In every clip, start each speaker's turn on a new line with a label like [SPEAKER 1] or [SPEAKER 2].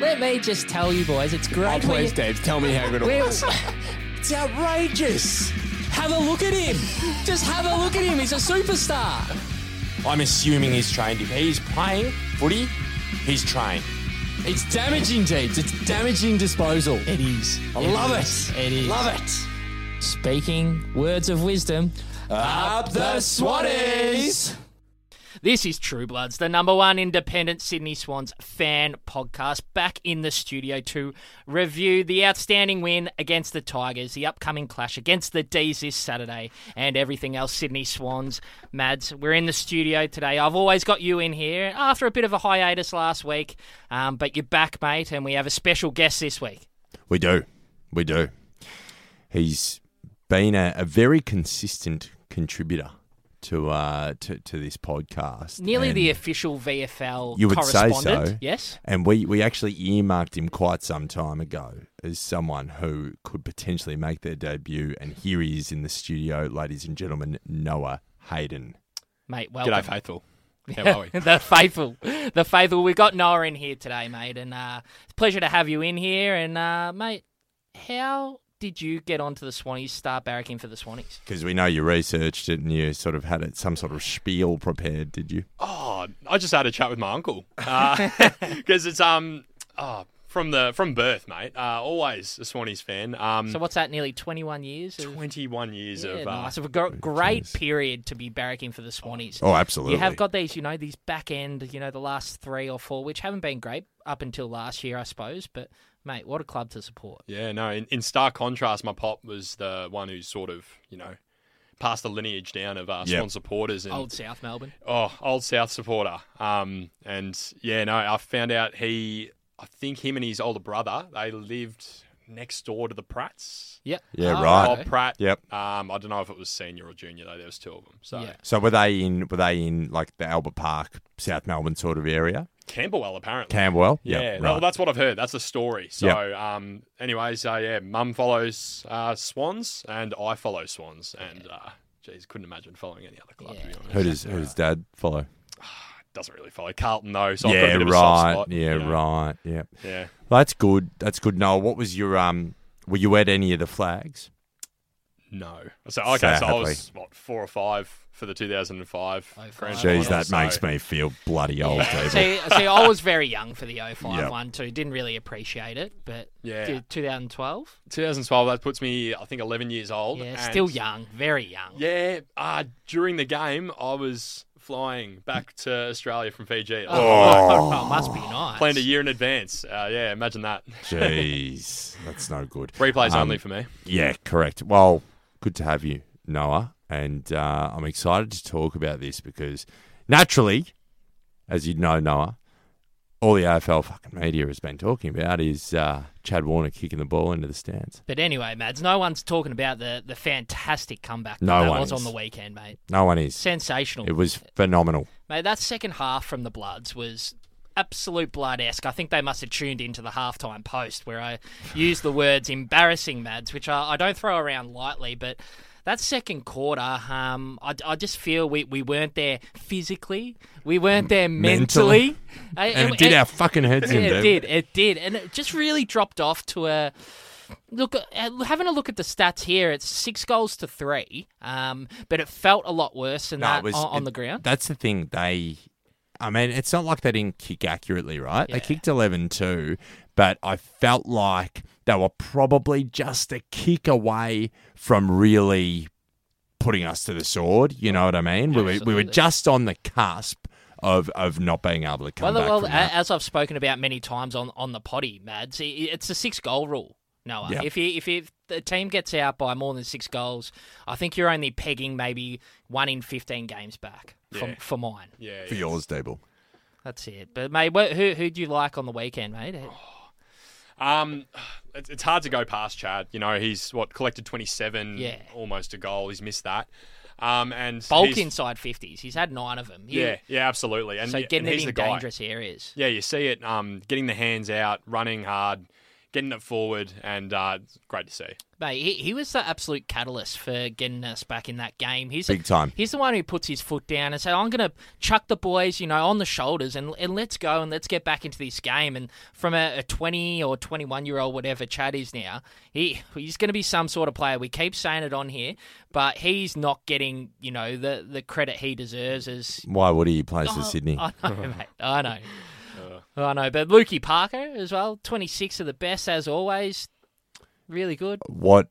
[SPEAKER 1] Let me just tell you, boys, it's great.
[SPEAKER 2] Oh,
[SPEAKER 1] when
[SPEAKER 2] please,
[SPEAKER 1] you-
[SPEAKER 2] Dave, tell me how good it
[SPEAKER 1] Where-
[SPEAKER 2] was. It's outrageous.
[SPEAKER 1] Have a look at him. Just have a look at him. He's a superstar.
[SPEAKER 2] I'm assuming he's trained. If he's playing footy, he's trained.
[SPEAKER 3] It's damaging, Jeeves. It's damaging disposal.
[SPEAKER 1] It is.
[SPEAKER 2] I love it.
[SPEAKER 1] It is.
[SPEAKER 2] Love it.
[SPEAKER 1] Speaking words of wisdom.
[SPEAKER 2] Up the Swatties.
[SPEAKER 4] This is True Bloods, the number one independent Sydney Swans fan podcast, back in the studio to review the outstanding win against the Tigers, the upcoming clash against the D's this Saturday, and everything else Sydney Swans. Mads, we're in the studio today. I've always got you in here after a bit of a hiatus last week, um, but you're back, mate, and we have a special guest this week.
[SPEAKER 2] We do. We do. He's been a, a very consistent contributor to uh to, to this podcast.
[SPEAKER 4] Nearly
[SPEAKER 2] and,
[SPEAKER 4] the official VFL
[SPEAKER 2] You would say
[SPEAKER 4] correspondent.
[SPEAKER 2] so.
[SPEAKER 4] Yes?
[SPEAKER 2] and we, we actually earmarked him quite some time ago as someone who could potentially make their debut and here he is in the studio, ladies and gentlemen, Noah Hayden.
[SPEAKER 4] Mate, welcome.
[SPEAKER 3] G'day, faithful. How are we?
[SPEAKER 4] the faithful, the faithful. We've got Noah in here today, mate, and uh, it's a pleasure to have you in here. And uh, mate, how did you get onto the Swannies? Start barracking for the Swannies?
[SPEAKER 2] Because we know you researched it and you sort of had it some sort of spiel prepared, did you?
[SPEAKER 3] Oh, I just had a chat with my uncle because it's um oh, from the from birth, mate. Uh, always a Swannies fan. Um,
[SPEAKER 4] So what's that? Nearly twenty-one years. Of,
[SPEAKER 3] twenty-one years
[SPEAKER 4] yeah,
[SPEAKER 3] of uh,
[SPEAKER 4] nice. It's a gr- great period to be barracking for the Swannies.
[SPEAKER 2] Oh, absolutely.
[SPEAKER 4] You have got these, you know, these back end, you know, the last three or four, which haven't been great up until last year, I suppose. But mate, what a club to support!
[SPEAKER 3] Yeah, no. In, in stark contrast, my pop was the one who sort of, you know, passed the lineage down of uh,
[SPEAKER 2] Yeah.
[SPEAKER 3] Swan supporters and
[SPEAKER 4] Old South Melbourne.
[SPEAKER 3] oh, old South supporter. Um, and yeah, no, I found out he, I think him and his older brother, they lived next door to the Pratts.
[SPEAKER 4] Yep.
[SPEAKER 2] Yeah,
[SPEAKER 4] Oh,
[SPEAKER 2] right.
[SPEAKER 3] Bob
[SPEAKER 4] okay.
[SPEAKER 3] Pratt.
[SPEAKER 2] Yep.
[SPEAKER 3] Um, I don't know if it was senior or junior though. There was two of them. So
[SPEAKER 4] Yeah.
[SPEAKER 2] So were they in were they in like the Albert Park, South Melbourne sort of area?
[SPEAKER 3] Camberwell apparently.
[SPEAKER 2] Camberwell?
[SPEAKER 3] yeah,
[SPEAKER 2] right.
[SPEAKER 3] well, that's what I've heard. That's the story. So, um, anyways, uh, yeah, Mum follows uh, Swans, and I follow Swans, and uh, geez, couldn't imagine following any other club. To be
[SPEAKER 4] Yeah.
[SPEAKER 3] honest,
[SPEAKER 2] who does who does Dad follow?
[SPEAKER 3] doesn't really follow Carlton though. Oh, So I've got
[SPEAKER 2] yeah,
[SPEAKER 3] a bit of a soft
[SPEAKER 2] right.
[SPEAKER 3] spot,
[SPEAKER 2] yeah,
[SPEAKER 3] you know.
[SPEAKER 2] right. Yeah.
[SPEAKER 3] Yeah,
[SPEAKER 2] Well, that's good. That's good. Noel, what was your um? Were you at any of the flags?
[SPEAKER 3] no. So okay, so I was what four or five for the 2005
[SPEAKER 4] Oh, five.
[SPEAKER 3] grand
[SPEAKER 4] Jeez,
[SPEAKER 3] final,
[SPEAKER 2] Jeez, that
[SPEAKER 3] so-
[SPEAKER 2] makes me feel bloody old, David.
[SPEAKER 4] see, see, I was very young for the 05
[SPEAKER 2] Yep.
[SPEAKER 4] one too. Didn't really appreciate it, but
[SPEAKER 3] Yeah.
[SPEAKER 4] t- 2012,
[SPEAKER 3] 2012. That puts me, I think, 11 years old.
[SPEAKER 4] yeah,
[SPEAKER 3] and-
[SPEAKER 4] still young, very young.
[SPEAKER 3] Yeah. Uh, during the game, I was flying back to Australia from Fiji.
[SPEAKER 4] Oh, oh, must be nice.
[SPEAKER 3] Planned a year in advance. Uh, yeah, imagine that.
[SPEAKER 2] Jeez, that's no good.
[SPEAKER 3] Replays
[SPEAKER 2] Um,
[SPEAKER 3] only for me.
[SPEAKER 2] Yeah, correct. Well, good to have you, Noah, and uh, I'm excited to talk about this because naturally, as you know, Noah, all the AFL fucking media has been talking about is uh, Chad Warner kicking the ball into the stands.
[SPEAKER 4] But anyway, Mads, no one's talking about the, the fantastic comeback
[SPEAKER 2] No
[SPEAKER 4] that
[SPEAKER 2] one is.
[SPEAKER 4] was on the weekend, mate.
[SPEAKER 2] No one is.
[SPEAKER 4] Sensational.
[SPEAKER 2] It was phenomenal.
[SPEAKER 4] Mate, that second half from the Bloods was absolute blood esque. I think they must have tuned into the halftime post where I used the words embarrassing mads, which I, I don't throw around lightly, but. That second quarter, um, I, I just feel we, we weren't there physically. We weren't there mentally.
[SPEAKER 2] mentally.
[SPEAKER 4] I-
[SPEAKER 2] And it did our fucking heads in,
[SPEAKER 4] yeah, it
[SPEAKER 2] dude.
[SPEAKER 4] did. It did, and it just really dropped off to a look. uh, Having a look at the stats here, it's six goals to three. Um, but it felt a lot worse than that on, on
[SPEAKER 2] it-
[SPEAKER 4] the ground.
[SPEAKER 2] That's the thing. They, I mean, it's not like they didn't kick accurately, right?
[SPEAKER 4] Yeah.
[SPEAKER 2] They kicked 11 too, but I felt like they were probably just a kick away from really putting us to the sword. You know what I mean? We were, we were
[SPEAKER 4] Absolutely.
[SPEAKER 2] just on the cusp of, of not being able to come
[SPEAKER 4] well,
[SPEAKER 2] back
[SPEAKER 4] well,
[SPEAKER 2] from
[SPEAKER 4] a-
[SPEAKER 2] that.
[SPEAKER 4] as I've spoken about many times on, on the potty, Mads, i- i- it's the six goal rule. Noah,
[SPEAKER 2] Yeah.
[SPEAKER 4] if you, if if the team gets out by more than six goals, I think you're only pegging maybe one in fifteen games back for,
[SPEAKER 3] Yeah.
[SPEAKER 4] for mine.
[SPEAKER 3] Yeah.
[SPEAKER 2] for
[SPEAKER 3] yeah.
[SPEAKER 2] yours, Dable.
[SPEAKER 4] That's it. But mate, wh- who who do you like on the weekend, mate?
[SPEAKER 3] Oh, Um, it's it's hard to go past Chad. You know, he's what collected 27,
[SPEAKER 4] Yeah.
[SPEAKER 3] almost a goal. He's missed that. Um, and
[SPEAKER 4] Bulk
[SPEAKER 3] he's-
[SPEAKER 4] inside fifties. He's had nine of them. He-
[SPEAKER 3] Yeah, yeah, absolutely. And
[SPEAKER 4] so
[SPEAKER 3] yeah,
[SPEAKER 4] getting
[SPEAKER 3] and
[SPEAKER 4] it
[SPEAKER 3] he's
[SPEAKER 4] in
[SPEAKER 3] the guy.
[SPEAKER 4] dangerous areas.
[SPEAKER 3] Yeah, you see it um, getting the hands out, running hard, getting it forward, and uh, it's great to see.
[SPEAKER 4] Mate, he, he was the absolute catalyst for getting us back in that game. He's
[SPEAKER 2] Big time.
[SPEAKER 4] He's the one who puts his foot down and says, "I'm going to chuck the boys, you know, on the shoulders and, and let's go and let's get back into this game." And from a, a 20 or 21 year old, whatever Chad is now, he he's going to be some sort of player. We keep saying it on here, but he's not getting, you know, the the credit he deserves as
[SPEAKER 2] Why would he? He plays for Sydney.
[SPEAKER 4] Oh, I know, mate. I know. I know. But Lukey Parker as well, 26 of the best as always. Really good.
[SPEAKER 2] what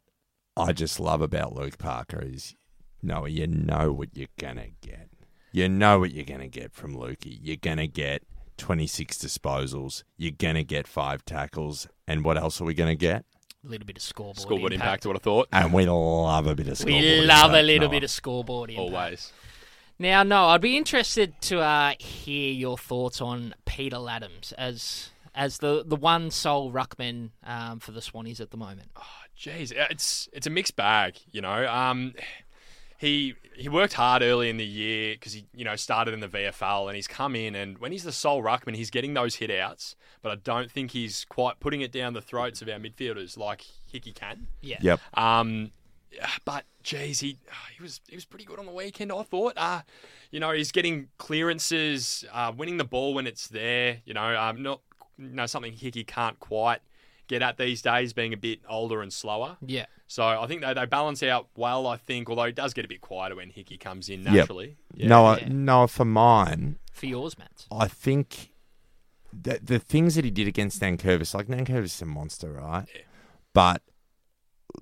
[SPEAKER 2] I just love about Luke Parker is, Noah, you know what you're going to get. You know what you're going to get from Lukey. You're going to get 26 disposals. You're going to get five tackles. And what else are we going to get?
[SPEAKER 4] A little bit of scoreboard,
[SPEAKER 3] Scoreboard impact, what I thought.
[SPEAKER 2] And we love a bit of scoreboard.
[SPEAKER 4] We love a
[SPEAKER 2] impact,
[SPEAKER 4] little
[SPEAKER 2] Noah.
[SPEAKER 4] bit of scoreboard impact.
[SPEAKER 3] Always.
[SPEAKER 4] Now, no, I'd be interested to uh, hear your thoughts on Peter Laddams as as the, the one sole ruckman um, for the Swannies at the moment.
[SPEAKER 3] Jeez, it's it's a mixed bag, you know. Um, he he worked hard early in the year because he you know started in the VFL and he's come in and when he's the sole ruckman, he's getting those hit outs, but I don't think he's quite putting it down the throats of our midfielders like Hickey can.
[SPEAKER 4] Yeah.
[SPEAKER 2] Yep.
[SPEAKER 3] Um, but geez, he ah, he was he was pretty good on the weekend. I thought. Uh, you know, he's getting clearances, uh, winning the ball when it's there. You know, um, not you know something Hickey can't quite get at these days, being a bit older and slower.
[SPEAKER 4] Yeah.
[SPEAKER 3] So I think they, they balance out well. I think, although it does get a bit quieter when Hickey comes in
[SPEAKER 2] Yep.
[SPEAKER 3] naturally.
[SPEAKER 2] Noah,
[SPEAKER 4] Yeah.
[SPEAKER 2] Noah, for mine,
[SPEAKER 4] For yours, Matt.
[SPEAKER 2] I think that the things that he did against Nankervis, like Nankervis is a monster, right? But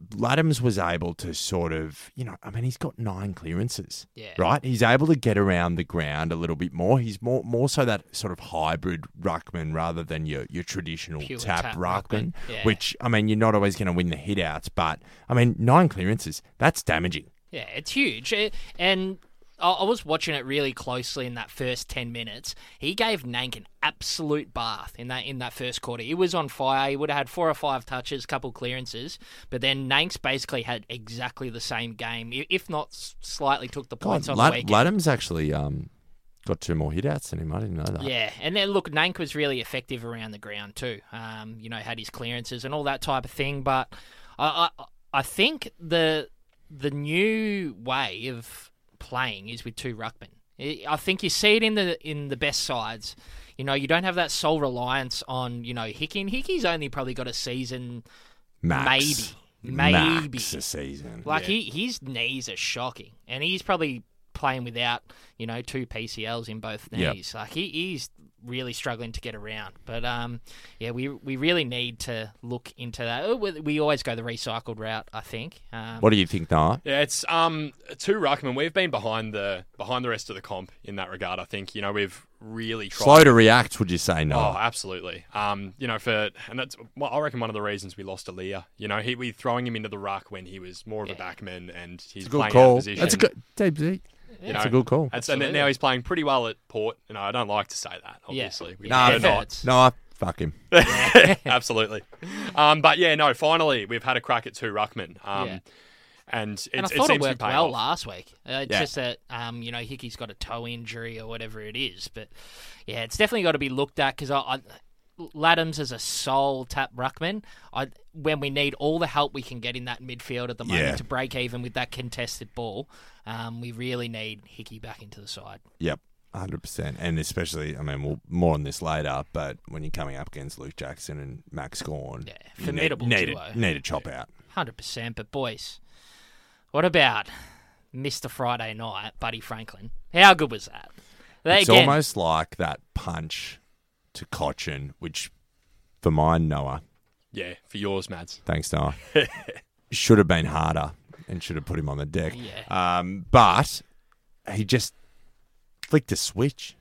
[SPEAKER 2] Laddams was able to sort of, you know, I mean, he's got nine clearances,
[SPEAKER 4] Yeah.
[SPEAKER 2] right? He's able to get around the ground a little bit more. He's more more so that sort of hybrid ruckman rather than your your traditional
[SPEAKER 4] Pure
[SPEAKER 2] tap,
[SPEAKER 4] tap
[SPEAKER 2] ruckman,
[SPEAKER 4] ruckman, yeah.
[SPEAKER 2] which I mean, you're not always going to win the hitouts, but I mean, nine clearances, that's damaging.
[SPEAKER 4] Yeah, it's huge. It- and I, I was watching it really closely in that first 10 minutes. He gave Nank an absolute bath in that in that first quarter. He was on fire. He would have had four or five touches, couple clearances, but then Nank's basically had exactly the same game, i- if not s- slightly took the
[SPEAKER 2] God,
[SPEAKER 4] points off the
[SPEAKER 2] Lad-
[SPEAKER 4] weekend.
[SPEAKER 2] Laddams actually um, got two more hitouts than him. I didn't know that.
[SPEAKER 4] Yeah, and then look, Nank was really effective around the ground too. Um, you know, had his clearances and all that type of thing. But I, I, I think the the new way of playing is with two ruckmen. I I think you see it in the in the best sides. You know, you don't have that sole reliance on you know Hickey. And Hickey's only probably got a season,
[SPEAKER 2] Max.
[SPEAKER 4] Maybe. Maybe.
[SPEAKER 2] Max a season.
[SPEAKER 4] like he his knees are shocking, and he's probably playing without you know two PCLs in both
[SPEAKER 2] Yep.
[SPEAKER 4] knees. Like he, he's really struggling to get around. But um, yeah, we we really need to look into that. Oh, We, we always go the recycled route, I think. Um,
[SPEAKER 2] What do you think, Noah?
[SPEAKER 3] Yeah, it's um two ruckman. We've been behind the behind the rest of the comp in that regard. I think you know we've really tried.
[SPEAKER 2] Slow to react, would you say,
[SPEAKER 3] Oh,
[SPEAKER 2] Noah?
[SPEAKER 3] absolutely. Um, you know, for and that's well, I reckon one of the reasons we lost Aaliyah. You know, he we throwing him into the ruck when he was more of a backman and he's
[SPEAKER 2] good
[SPEAKER 3] playing out
[SPEAKER 2] call.
[SPEAKER 3] of position.
[SPEAKER 2] That's a good, Dave, Z,
[SPEAKER 3] you
[SPEAKER 2] that's
[SPEAKER 3] know,
[SPEAKER 2] a good call.
[SPEAKER 3] that's- and then now he's playing pretty well at Port. And I don't like to say that,
[SPEAKER 4] Yeah.
[SPEAKER 3] obviously. We
[SPEAKER 4] Yeah,
[SPEAKER 3] prefer
[SPEAKER 4] it
[SPEAKER 3] not.
[SPEAKER 4] hurts.
[SPEAKER 2] Noah, fuck him.
[SPEAKER 3] absolutely. Um, but yeah, no. Finally, we've had a crack at two ruckman. Um,
[SPEAKER 4] Yeah.
[SPEAKER 3] and it,
[SPEAKER 4] And I
[SPEAKER 3] it
[SPEAKER 4] thought it,
[SPEAKER 3] seems to be
[SPEAKER 4] worked
[SPEAKER 3] paying
[SPEAKER 4] well
[SPEAKER 3] off.
[SPEAKER 4] last week. Uh, it's
[SPEAKER 2] Yeah.
[SPEAKER 4] just that um, you know Hickey's got a toe injury or whatever it is, but yeah, it's definitely got to be looked at because I, I, Laddams is a sole tap ruckman. I when we need all the help we can get in that midfield at the moment
[SPEAKER 2] Yeah.
[SPEAKER 4] to break even with that contested ball, um, we really need Hickey back into the side.
[SPEAKER 2] Yep, 100%. And especially, I mean, we'll more on this later, but when you're coming up against Luke Jackson and Max Gorn,
[SPEAKER 4] Yeah,
[SPEAKER 2] you
[SPEAKER 4] formidable
[SPEAKER 2] need, need,
[SPEAKER 4] duo.
[SPEAKER 2] a, need a chop out.
[SPEAKER 4] Hundred percent. But boys, what about Mister Friday Night, Buddy Franklin? How good was that? They
[SPEAKER 2] It's
[SPEAKER 4] again-
[SPEAKER 2] almost like that punch to Cochin, which for mine, Noah,
[SPEAKER 3] Yeah, for yours, Mads.
[SPEAKER 2] Thanks, Noah. should have been harder and should have put him on the deck.
[SPEAKER 4] Yeah.
[SPEAKER 2] Um, but he just flicked a switch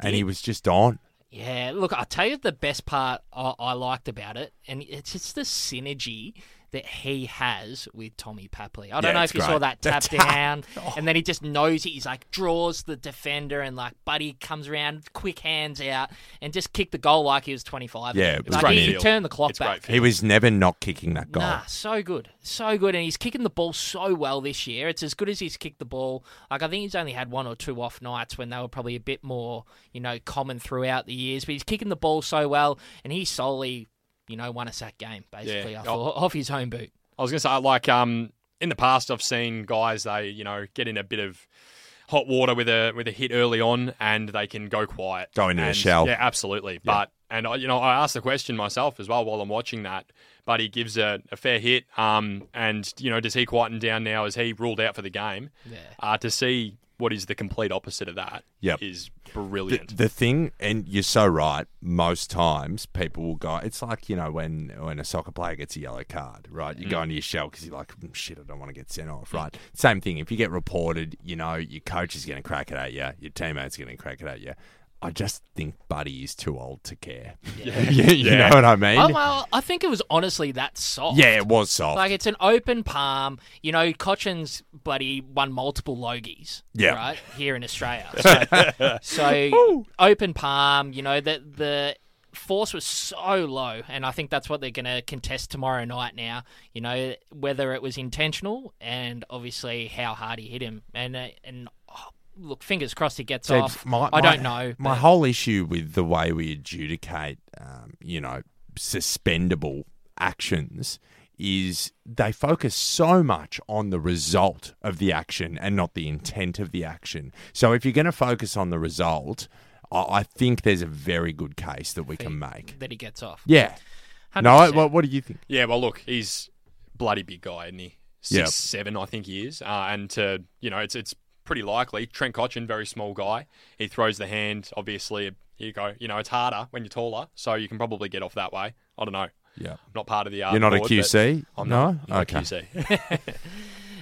[SPEAKER 2] and he was just on.
[SPEAKER 4] Yeah, look, I'll tell you the best part I, I liked about it, and it's just the synergy that he has with Tommy Papley. I don't
[SPEAKER 2] Yeah,
[SPEAKER 4] know
[SPEAKER 2] it's
[SPEAKER 4] if you saw
[SPEAKER 2] great.
[SPEAKER 4] that
[SPEAKER 2] The
[SPEAKER 4] tap
[SPEAKER 2] tap. Oh.
[SPEAKER 4] down, and then he just knows it. He's like, draws the defender, and like, Buddy comes around, quick hands out, and just kicked the goal like he was 25.
[SPEAKER 2] Yeah, it was
[SPEAKER 4] like
[SPEAKER 2] great
[SPEAKER 4] he, he
[SPEAKER 3] feel.
[SPEAKER 4] turned the clock
[SPEAKER 3] It's
[SPEAKER 4] back.
[SPEAKER 3] great
[SPEAKER 2] He was never not kicking that goal.
[SPEAKER 4] Nah, so good, so good, and he's kicking the ball so well this year. It's as good as he's kicked the ball. Like I think he's only had one or two off nights when they were probably a bit more, you know, common throughout the years. But he's kicking the ball so well, and he solely you know, won a sack game, basically,
[SPEAKER 3] Yeah. Oh.
[SPEAKER 4] off, off his home boot.
[SPEAKER 3] I was going to say, like, um, in the past, I've seen guys they, you know, get in a bit of hot water with a with a hit early on, and they can go quiet,
[SPEAKER 2] Go into a
[SPEAKER 3] And-
[SPEAKER 2] shell.
[SPEAKER 3] Yeah, absolutely. But and I, you know, I asked the question myself as well while I'm watching that. But he gives a, a fair hit, um, and you know, does he quieten down now? Is he ruled out for the game?
[SPEAKER 4] Yeah.
[SPEAKER 3] Uh, to see what is the complete opposite of that is
[SPEAKER 2] Yep. The,
[SPEAKER 3] brilliant.
[SPEAKER 2] the thing, and you're so right. Most times, people will go. It's like you know when when a soccer player gets a yellow card, right? You go into your shell because you're like, "Mm, shit, I don't want to get sent off, right? Same thing. If you get reported, you know your coach is going to crack it at you, your teammates going to crack it at you. I just think Buddy is too old to care. Yeah. you
[SPEAKER 3] Yeah.
[SPEAKER 2] know what I mean?
[SPEAKER 4] Oh, well, I think it was honestly that soft.
[SPEAKER 2] yeah, it was soft.
[SPEAKER 4] Like it's an open palm. You know, Cochin's bloody won multiple logies.
[SPEAKER 2] Yeah.
[SPEAKER 4] Right here in Australia. So, so open palm. You know the the force was so low, and I think that's what they're going to contest tomorrow night. Now, you know whether it was intentional, and obviously how hard he hit him, and uh, and. oh, Look, fingers crossed he gets
[SPEAKER 2] Dude,
[SPEAKER 4] off.
[SPEAKER 2] my-
[SPEAKER 4] I don't
[SPEAKER 2] my-
[SPEAKER 4] know.
[SPEAKER 2] My whole issue with the way we adjudicate, um, you know, suspendable actions is they focus so much on the result of the action and not the intent of the action. So if you're going to focus on the result, I, I think there's a very good case that we can make.
[SPEAKER 4] that he gets off.
[SPEAKER 2] Yeah. No, I,
[SPEAKER 4] 100%.
[SPEAKER 2] what, what do you think?
[SPEAKER 3] Yeah, well, look, he's bloody big guy, isn't he? Six
[SPEAKER 2] Yeah.
[SPEAKER 3] seven, I think he is. Uh, and to you know, it's it's pretty likely. Trent Cotchin, very small guy. He throws the hand. Obviously, here you go. You know, it's harder when you're taller, so you can probably get off that way. I don't know. I'm
[SPEAKER 2] Yeah.
[SPEAKER 3] not part of the. Uh,
[SPEAKER 2] You're not a
[SPEAKER 3] board,
[SPEAKER 2] QC?
[SPEAKER 3] but I'm
[SPEAKER 2] no?
[SPEAKER 3] not. I'm not
[SPEAKER 2] okay.
[SPEAKER 3] QC.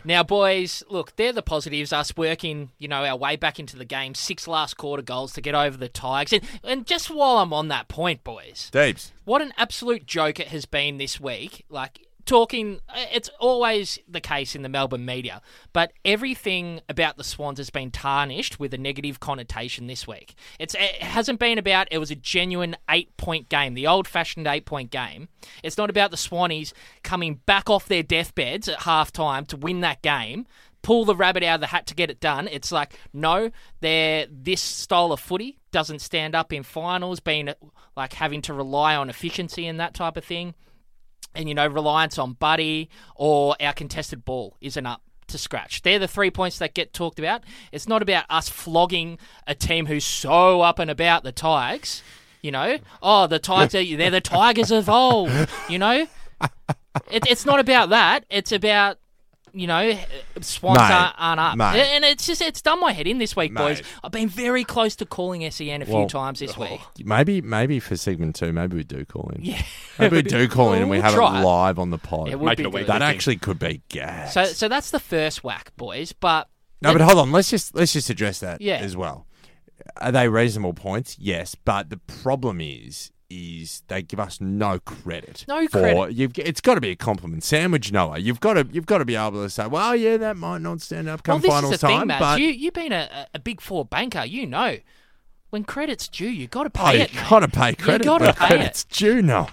[SPEAKER 4] Now, boys, look, they're the positives. Us working, you know, our way back into the game. Six last quarter goals to get over the Tigers. And, and just while I'm on that point, boys,
[SPEAKER 2] Deeps.
[SPEAKER 4] what an absolute joke it has been this week. Like, talking, uh, it's always the case in the Melbourne media, but everything about the Swans has been tarnished with a negative connotation this week. It's, it hasn't been about it was a genuine eight point game, the old fashioned eight point game. It's not about the Swannies coming back off their deathbeds at half time to win that game. Pull the rabbit out of the hat to get it done. It's like, no, they're this style of footy doesn't stand up in finals, being like having to rely on efficiency and that type of thing. And, you know, reliance on Buddy or our contested ball isn't up to scratch. They're the three points that get talked about. It's not about us flogging a team who's so up and about the Tigers. You know, oh, the Tigers, are, they're the Tigers of old. You know, it, it's not about that. It's about. You know, Swans
[SPEAKER 2] Mate,
[SPEAKER 4] aren't, aren't up,
[SPEAKER 2] mate.
[SPEAKER 4] and it's just—it's done my head in this week, boys.
[SPEAKER 2] Mate.
[SPEAKER 4] I've been very close to calling SEN a few times this week.
[SPEAKER 2] oh, Maybe, maybe for segment two, maybe we do call in. Yeah, maybe we do call in and we
[SPEAKER 4] We'll
[SPEAKER 2] have
[SPEAKER 4] try
[SPEAKER 2] it
[SPEAKER 4] it.
[SPEAKER 2] live on the pod.
[SPEAKER 4] It would
[SPEAKER 3] Make
[SPEAKER 4] be
[SPEAKER 3] it a
[SPEAKER 4] good.
[SPEAKER 3] week.
[SPEAKER 2] That
[SPEAKER 3] Good thing.
[SPEAKER 2] actually could be gas.
[SPEAKER 4] So, so that's the first whack, boys. But
[SPEAKER 2] no, but hold on. Let's just let's just address that
[SPEAKER 4] Yeah.
[SPEAKER 2] as well. Are they reasonable points? Yes, but the problem is is they give us no credit.
[SPEAKER 4] No
[SPEAKER 2] for,
[SPEAKER 4] credit.
[SPEAKER 2] You've, it's got to be a compliment sandwich, Noah. You've got to you've got to be able to say, well, yeah, that might not stand up
[SPEAKER 4] well,
[SPEAKER 2] come
[SPEAKER 4] this
[SPEAKER 2] finals
[SPEAKER 4] is the
[SPEAKER 2] time,
[SPEAKER 4] thing, Matt.
[SPEAKER 2] but
[SPEAKER 4] You you've been a, a big four banker. You know, when credit's due, you got to
[SPEAKER 2] oh,
[SPEAKER 4] pay
[SPEAKER 2] you
[SPEAKER 4] it.
[SPEAKER 2] got to pay credit.
[SPEAKER 4] gotta
[SPEAKER 2] when
[SPEAKER 4] pay it.
[SPEAKER 2] credit's due, Noah.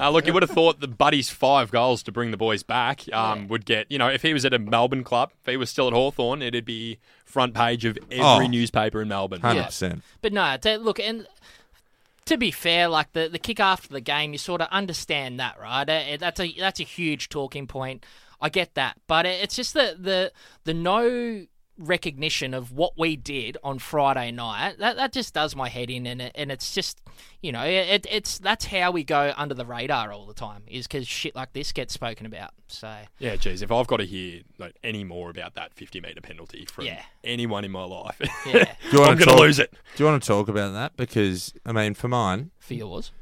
[SPEAKER 3] uh, look, you would have thought the buddy's five goals to bring the boys back um, would get. You know, if he was at a Melbourne club, if he was still at Hawthorn, it'd be front page of every
[SPEAKER 2] Oh.
[SPEAKER 3] newspaper in Melbourne.
[SPEAKER 2] Hundred percent.
[SPEAKER 4] But no, t- look, and to be fair, like the, the kick after the game, you sort of understand that, right? Uh, that's a that's a huge talking point. I get that, but it- it's just the the the no recognition of what we did on Friday night. That that just does my head in, and it, and it's just you know it, it's that's how we go under the radar all the time is because shit like this gets spoken about. So
[SPEAKER 3] Yeah, geez, if I've got to hear like any more about that 50 meter penalty from
[SPEAKER 4] Yeah.
[SPEAKER 3] anyone in my life,
[SPEAKER 4] yeah,
[SPEAKER 2] you wanna
[SPEAKER 3] I'm going to
[SPEAKER 2] talk-
[SPEAKER 3] lose it.
[SPEAKER 2] Do you want to talk about that? Because I mean, for mine,
[SPEAKER 4] for yours.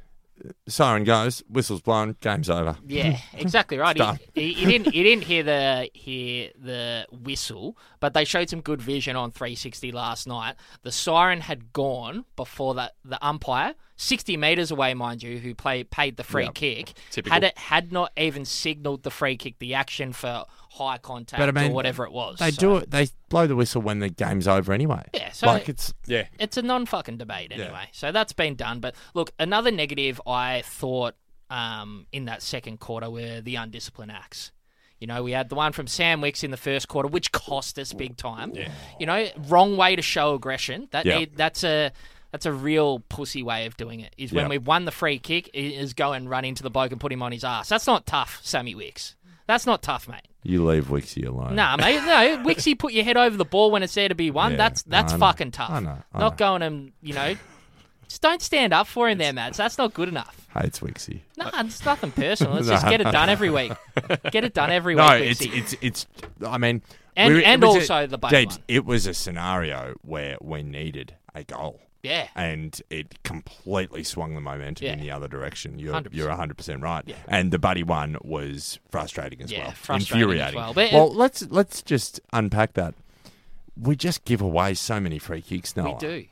[SPEAKER 2] siren goes, whistle's blown, game's over.
[SPEAKER 4] Yeah, exactly right.
[SPEAKER 2] Done.
[SPEAKER 4] He, he, he didn't he didn't hear the hear the whistle, but they showed some good vision on 360 last night. The siren had gone before that the umpire, 60 meters away, mind you, who play paid the free kick,
[SPEAKER 3] Typical.
[SPEAKER 4] had it had not even signaled the free kick, the action for high contact
[SPEAKER 2] But, I mean,
[SPEAKER 4] or whatever it was.
[SPEAKER 2] They
[SPEAKER 4] So
[SPEAKER 2] do it. They blow the whistle when the game's over anyway.
[SPEAKER 4] Yeah, so-
[SPEAKER 2] like it's
[SPEAKER 3] Yeah.
[SPEAKER 4] It's a non fucking debate anyway. So that's been done. But look, another negative I thought um, in that second quarter were the undisciplined acts. You know, we had the one from Sam Wicks in the first quarter, which cost us big time. You know, wrong way to show aggression. That
[SPEAKER 2] Yeah.
[SPEAKER 4] need- that's a That's a real pussy way of doing it. Is when
[SPEAKER 2] Yeah.
[SPEAKER 4] we've won the free kick, i- is go and run into the bloke and put him on his ass. That's not tough, Sammy Wicks. That's not tough, mate.
[SPEAKER 2] You leave Wixie alone.
[SPEAKER 4] Nah, mate. No, Wixie put your head over the ball when it's there to be won.
[SPEAKER 2] Yeah,
[SPEAKER 4] that's that's
[SPEAKER 2] I know,
[SPEAKER 4] fucking tough.
[SPEAKER 2] I know, I
[SPEAKER 4] not
[SPEAKER 2] know.
[SPEAKER 4] going and you know, just don't stand up for him there, Mads. That's not good enough.
[SPEAKER 2] Hates Wixie.
[SPEAKER 4] Nah, it's nothing personal. It's just get it done every week. Get it done every
[SPEAKER 2] No,
[SPEAKER 4] week.
[SPEAKER 2] it's
[SPEAKER 4] Wixie.
[SPEAKER 2] it's it's. I mean,
[SPEAKER 4] And-
[SPEAKER 2] were- it
[SPEAKER 4] and
[SPEAKER 2] was
[SPEAKER 4] also the Buck
[SPEAKER 2] Deebs,
[SPEAKER 4] one.
[SPEAKER 2] It was a scenario where we needed a goal,
[SPEAKER 4] yeah.
[SPEAKER 2] and it completely swung the momentum in
[SPEAKER 4] Yeah.
[SPEAKER 2] the other direction. You're
[SPEAKER 4] 100%.
[SPEAKER 2] you're 100 percent right. And the buddy one was frustrating as
[SPEAKER 4] Yeah,
[SPEAKER 2] well,
[SPEAKER 4] frustrating as
[SPEAKER 2] infuriating.
[SPEAKER 4] well. But- uh,
[SPEAKER 2] let's let's just unpack that. We just give away so many free kicks now.
[SPEAKER 4] We do.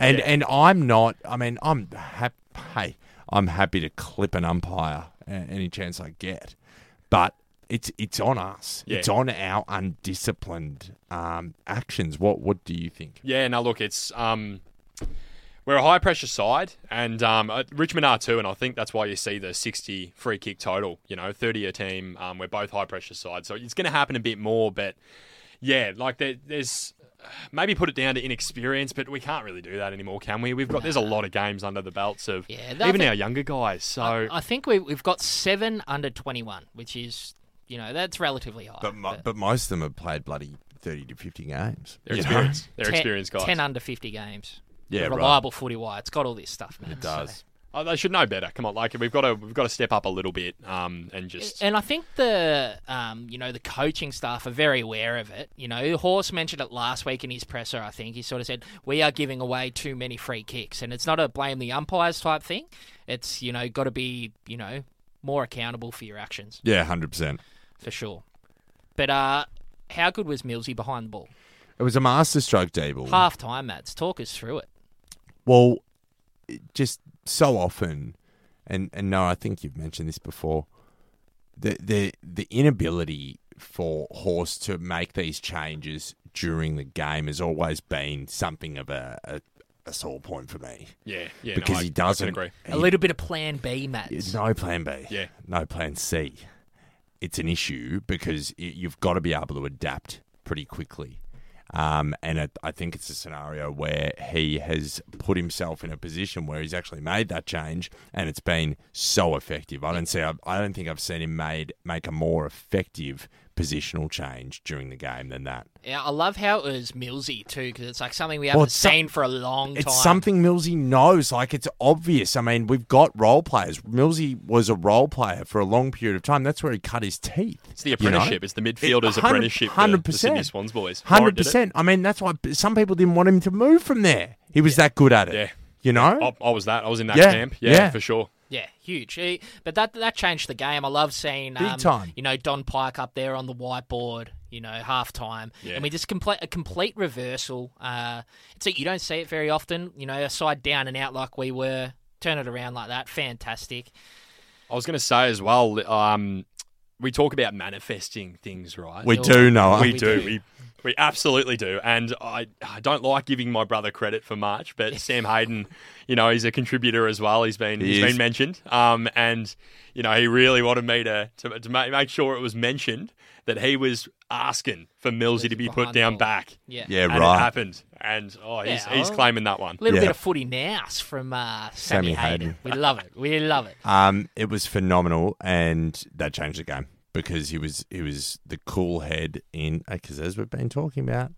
[SPEAKER 2] And and I'm not. I mean, I'm happy. Hey, I'm happy to clip an umpire a- any chance I get, but it's it's on us.
[SPEAKER 3] Yeah.
[SPEAKER 2] It's on our undisciplined um, actions. What what do you think?
[SPEAKER 3] Yeah, no, look, it's um, we're a high pressure side, and um, uh, Richmond are too, and I think that's why you see the sixty free kick total. You know, thirty a team. Um, we're both high pressure sides, so it's going to happen a bit more. But yeah, like there, there's maybe put it down to inexperience, but we can't really do that anymore, can we? We've got there's a lot of games under the belts of
[SPEAKER 4] Yeah, that-
[SPEAKER 3] even our younger guys. So
[SPEAKER 4] I think we, we've got seven under 21, which is, you know, that's relatively high.
[SPEAKER 2] But mo- but most of them have played bloody thirty to fifty games.
[SPEAKER 3] they're
[SPEAKER 2] you know?
[SPEAKER 3] experienced. They're
[SPEAKER 4] ten-
[SPEAKER 3] experienced guys.
[SPEAKER 4] 10 under 50 games.
[SPEAKER 2] Yeah, right.
[SPEAKER 4] Reliable footy wire. It's got all this stuff, man. It
[SPEAKER 2] does.
[SPEAKER 3] Oh, they should know better. Come on, like we've got to we've got to step up a little bit. Um, and just
[SPEAKER 4] And I think the um, you know the coaching staff are very aware of it. You know, Horse mentioned it last week in his presser. I think he sort of said we are giving away too many free kicks, and it's not a blame the umpires type thing. It's you know got to be you know more accountable for your actions
[SPEAKER 2] Yeah, hundred percent.
[SPEAKER 4] for sure. But uh, how good was Millsy behind the ball?
[SPEAKER 2] It was a masterstroke, Dable.
[SPEAKER 4] Half time, Mads. Talk us through it.
[SPEAKER 2] Well, it just so often, and and no, I think you've mentioned this before. The the the inability for Horse to make these changes during the game has always been something of a, a, a sore point for me
[SPEAKER 3] yeah, yeah, no,
[SPEAKER 2] because
[SPEAKER 3] I-
[SPEAKER 2] he doesn't
[SPEAKER 3] I can agree.
[SPEAKER 4] A little bit of Plan B, Mads.
[SPEAKER 2] it's no plan B.
[SPEAKER 3] Yeah.
[SPEAKER 2] No plan C. It's an issue because y you've got to be able to adapt pretty quickly. Um, and it, I think it's a scenario where he has put himself in a position where he's actually made that change, and it's been so effective. I don't see. I, I don't think I've seen him made make a more effective positional change during the game than that.
[SPEAKER 4] Yeah, I love how it was Millsy too, because it's like something we haven't
[SPEAKER 2] it's so-
[SPEAKER 4] seen for a long time.
[SPEAKER 2] It's something Millsy knows. Like it's obvious. I mean, we've got role players. Millsy was a role player for a long period of time. That's where he cut his teeth.
[SPEAKER 3] It's the apprenticeship. It's the midfielder's apprenticeship. Hundred The Sydney Swans boys. Warren
[SPEAKER 2] Hundred
[SPEAKER 3] did it.
[SPEAKER 2] percent. I mean, that's why some people didn't want him to move from there. He was that good at it.
[SPEAKER 3] Yeah.
[SPEAKER 2] You know.
[SPEAKER 3] I, I was that. I was in that
[SPEAKER 2] Yeah,
[SPEAKER 3] camp. Yeah,
[SPEAKER 2] yeah.
[SPEAKER 3] for sure.
[SPEAKER 4] Yeah, huge. He- But that that changed the game. I love seeing um,
[SPEAKER 2] time.
[SPEAKER 4] You know Don Pike up there on the whiteboard. You know halftime,
[SPEAKER 3] Yeah.
[SPEAKER 4] and we just complete a complete reversal. Uh, it's a, you don't see it very often. You know, a side down and out like we were, turn it around like that. Fantastic.
[SPEAKER 3] I was going to say as well. Um, we talk about manifesting things, right?
[SPEAKER 2] we do know.
[SPEAKER 3] we,
[SPEAKER 2] it.
[SPEAKER 4] we
[SPEAKER 3] do.
[SPEAKER 4] do.
[SPEAKER 3] We we absolutely do. And I, I don't like giving my brother credit for much, but Sam Hayden, you know, he's a contributor as well. He's been
[SPEAKER 2] He
[SPEAKER 3] he has
[SPEAKER 2] is.
[SPEAKER 3] been mentioned. Um, and you know, he really wanted me to to, to make, make sure it was mentioned that he was asking for Millsy to be put
[SPEAKER 4] behind the
[SPEAKER 3] down
[SPEAKER 4] ball.
[SPEAKER 3] back.
[SPEAKER 4] Yeah,
[SPEAKER 2] Yeah.
[SPEAKER 3] And it
[SPEAKER 2] Right.
[SPEAKER 3] happened. And oh, he's,
[SPEAKER 4] Yeah,
[SPEAKER 3] he's
[SPEAKER 4] well-
[SPEAKER 3] claiming that one.
[SPEAKER 4] A little
[SPEAKER 2] Yeah.
[SPEAKER 4] bit of footy now from uh, Sammy,
[SPEAKER 2] Sammy
[SPEAKER 4] Hayden.
[SPEAKER 2] Hayden.
[SPEAKER 4] We love it. We love it.
[SPEAKER 2] Um, it was phenomenal, and that changed the game because he was he was the cool head in because as we've been talking about,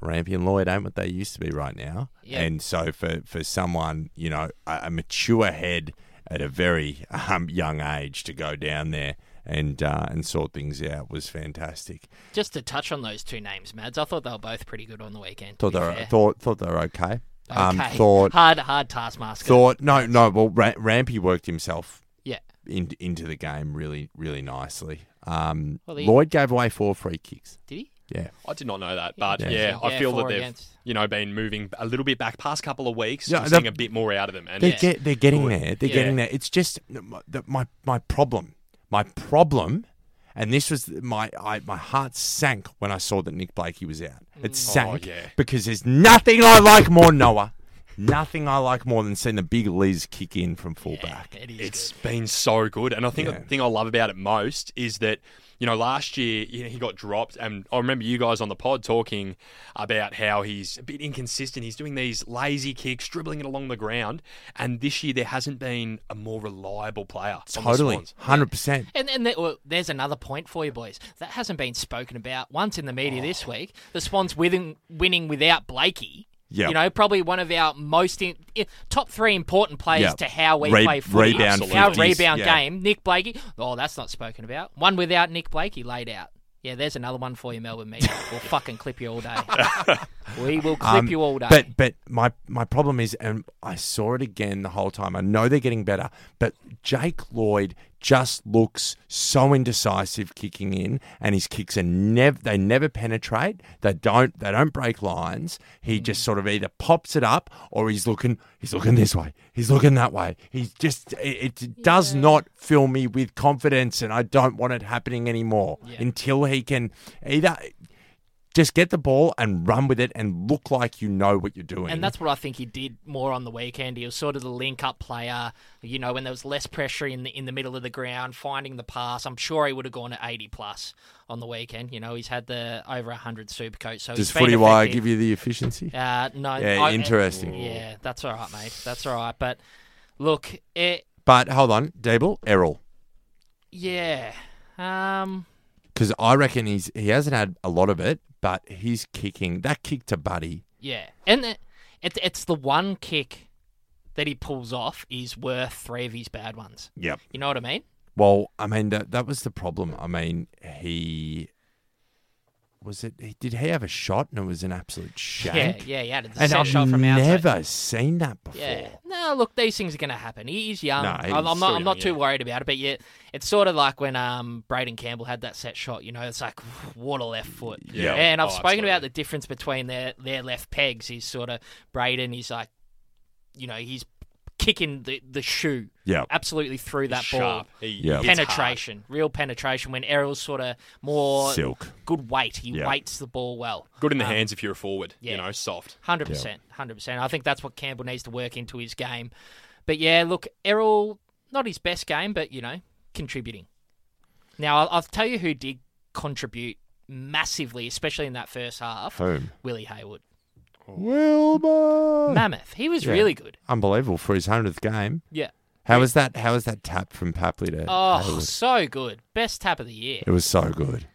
[SPEAKER 2] Rampy and Lloyd ain't what they used to be right now.
[SPEAKER 4] Yeah.
[SPEAKER 2] And so for for someone you know a, a mature head at a very um, young age to go down there and uh, and sort things out was fantastic.
[SPEAKER 4] Just to touch on those two names, Mads. I thought they were both pretty good on the weekend. to
[SPEAKER 2] Thought
[SPEAKER 4] be
[SPEAKER 2] they were,
[SPEAKER 4] fair.
[SPEAKER 2] thought thought they were okay. Um,
[SPEAKER 4] Okay.
[SPEAKER 2] thought
[SPEAKER 4] hard, hard taskmaster.
[SPEAKER 2] thought no no well Ra- Rampy worked himself
[SPEAKER 4] yeah.
[SPEAKER 2] in, into the game really, really nicely. Um,
[SPEAKER 4] Well, he-
[SPEAKER 2] Lloyd gave away four free kicks.
[SPEAKER 4] Did he?
[SPEAKER 2] Yeah.
[SPEAKER 3] I did not know that, but
[SPEAKER 4] Yeah.
[SPEAKER 3] yeah,
[SPEAKER 4] Yeah,
[SPEAKER 3] I feel
[SPEAKER 4] four
[SPEAKER 3] that they've
[SPEAKER 4] against.
[SPEAKER 3] you know been moving a little bit back past couple of weeks.
[SPEAKER 2] Yeah,
[SPEAKER 3] Yeah,
[SPEAKER 2] they've-
[SPEAKER 3] seeing a bit more out of them, and
[SPEAKER 2] They
[SPEAKER 3] it's-
[SPEAKER 2] get, they're getting there. They're
[SPEAKER 4] Yeah.
[SPEAKER 2] getting there. It's just my, the- my, my problem. My problem, and this was my I, my heart sank when I saw that Nick Blakey was out.
[SPEAKER 4] Mm.
[SPEAKER 2] It sank
[SPEAKER 3] Oh, yeah.
[SPEAKER 2] because there's nothing I like more, Noah. nothing I like more than seeing the big Liz kick in from fullback.
[SPEAKER 4] It is
[SPEAKER 3] it's been so good. And I think the thing I love about it most is that you know, last year you know, he got dropped, and I remember you guys on the pod talking about how he's a bit inconsistent. He's doing these lazy kicks, dribbling it along the ground, and this year there hasn't been a more reliable player. on the
[SPEAKER 2] Totally,
[SPEAKER 3] Swans.
[SPEAKER 2] hundred percent.
[SPEAKER 4] And, and there- well, there's another point for you, boys. That hasn't been spoken about once in the media
[SPEAKER 2] Oh.
[SPEAKER 4] this week. The Swans winning, winning without Blakey.
[SPEAKER 2] Yeah.
[SPEAKER 4] You know, probably one of our most in, i- top three important players
[SPEAKER 2] Yeah.
[SPEAKER 4] to how we
[SPEAKER 2] Re-
[SPEAKER 4] play footy.
[SPEAKER 2] rebound
[SPEAKER 4] our
[SPEAKER 2] 50s,
[SPEAKER 4] rebound
[SPEAKER 2] yeah.
[SPEAKER 4] game. Nick Blakey. Oh, that's not spoken about. One without Nick Blakey laid out. Yeah, there's another one for you, Melbourne media. We'll fucking clip you all day. we will clip
[SPEAKER 2] Um,
[SPEAKER 4] you all day.
[SPEAKER 2] But but my my problem is, and I saw it again the whole time. I know they're getting better, but Jake Lloyd just looks so indecisive kicking in, and his kicks are never they never penetrate. They don't they don't break lines. He
[SPEAKER 4] Mm.
[SPEAKER 2] just sort of either pops it up or he's looking he's looking this way, he's looking that way. He's just it, it does not fill me with confidence, and I don't want it happening anymore until he can either just get the ball and run with it and look like you know what you're doing.
[SPEAKER 4] And that's what I think he did more on the weekend. He was sort of the link-up player, you know, when there was less pressure in the in the middle of the ground, finding the pass. I'm sure he would have gone to 80 plus on the weekend. You know, he's had the over 100 super coach. So
[SPEAKER 2] does
[SPEAKER 4] he's been
[SPEAKER 2] Footy Wire
[SPEAKER 4] effective.
[SPEAKER 2] give you the efficiency?
[SPEAKER 4] Uh, no,
[SPEAKER 2] Yeah,
[SPEAKER 4] I-
[SPEAKER 2] interesting.
[SPEAKER 4] Yeah, that's all right, mate. That's all right. But look, eh, it,
[SPEAKER 2] But hold on, Dable Errol,
[SPEAKER 4] yeah, um,
[SPEAKER 2] because I reckon he's he hasn't had a lot of it, but he's kicking that kick to Buddy.
[SPEAKER 4] yeah, and it, it, it's the one kick that he pulls off is worth three of his bad ones.
[SPEAKER 2] Yep.
[SPEAKER 4] You know what I mean?
[SPEAKER 2] Well, I mean that that was the problem. I mean he was it. He, did he have a shot and it was an absolute shank?
[SPEAKER 4] Yeah, yeah, he had a
[SPEAKER 2] And
[SPEAKER 4] set
[SPEAKER 2] I've
[SPEAKER 4] shot from outside.
[SPEAKER 2] never seen that before.
[SPEAKER 4] Yeah. No, look, these things are going to happen. He is young.
[SPEAKER 2] No,
[SPEAKER 4] I'm,
[SPEAKER 2] he's
[SPEAKER 4] I'm
[SPEAKER 3] still
[SPEAKER 4] not. I'm not
[SPEAKER 3] young,
[SPEAKER 4] too
[SPEAKER 3] yeah.
[SPEAKER 4] worried about it. But yeah, it's sort of like when um Braden Campbell had that set shot. You know, it's like water left foot.
[SPEAKER 3] Yeah.
[SPEAKER 4] And I've
[SPEAKER 3] Oh,
[SPEAKER 4] spoken about
[SPEAKER 3] absolutely.
[SPEAKER 4] the difference between their their left pegs. He's sort of Braden. He's like, you know, he's kicking the the shoe
[SPEAKER 2] Yeah.
[SPEAKER 4] absolutely through that ball.
[SPEAKER 3] Sharp. He- he
[SPEAKER 2] Yeah.
[SPEAKER 3] hits hard.
[SPEAKER 4] Penetration, real penetration. When Errol's sort of more
[SPEAKER 2] Silk.
[SPEAKER 4] good weight, he
[SPEAKER 2] Yeah.
[SPEAKER 4] weights the ball well.
[SPEAKER 3] Good in the hands if you're a forward.
[SPEAKER 4] Um, yeah.
[SPEAKER 3] You know, soft.
[SPEAKER 4] Hundred percent, hundred percent. I think that's what Campbell needs to work into his game. But yeah, look, Errol, not his best game, but you know, contributing. Now I'll, I'll tell you who did contribute massively, especially in that first half.
[SPEAKER 2] Boom.
[SPEAKER 4] Willie Haywood,
[SPEAKER 2] Wilbur.
[SPEAKER 4] mammoth. He was
[SPEAKER 2] Yeah.
[SPEAKER 4] really good.
[SPEAKER 2] Unbelievable for his hundredth game.
[SPEAKER 4] Yeah.
[SPEAKER 2] How was that? How was that tap from Papley to?
[SPEAKER 4] Oh,
[SPEAKER 2] Hayward?
[SPEAKER 4] so good. Best tap of the year.
[SPEAKER 2] it was so good.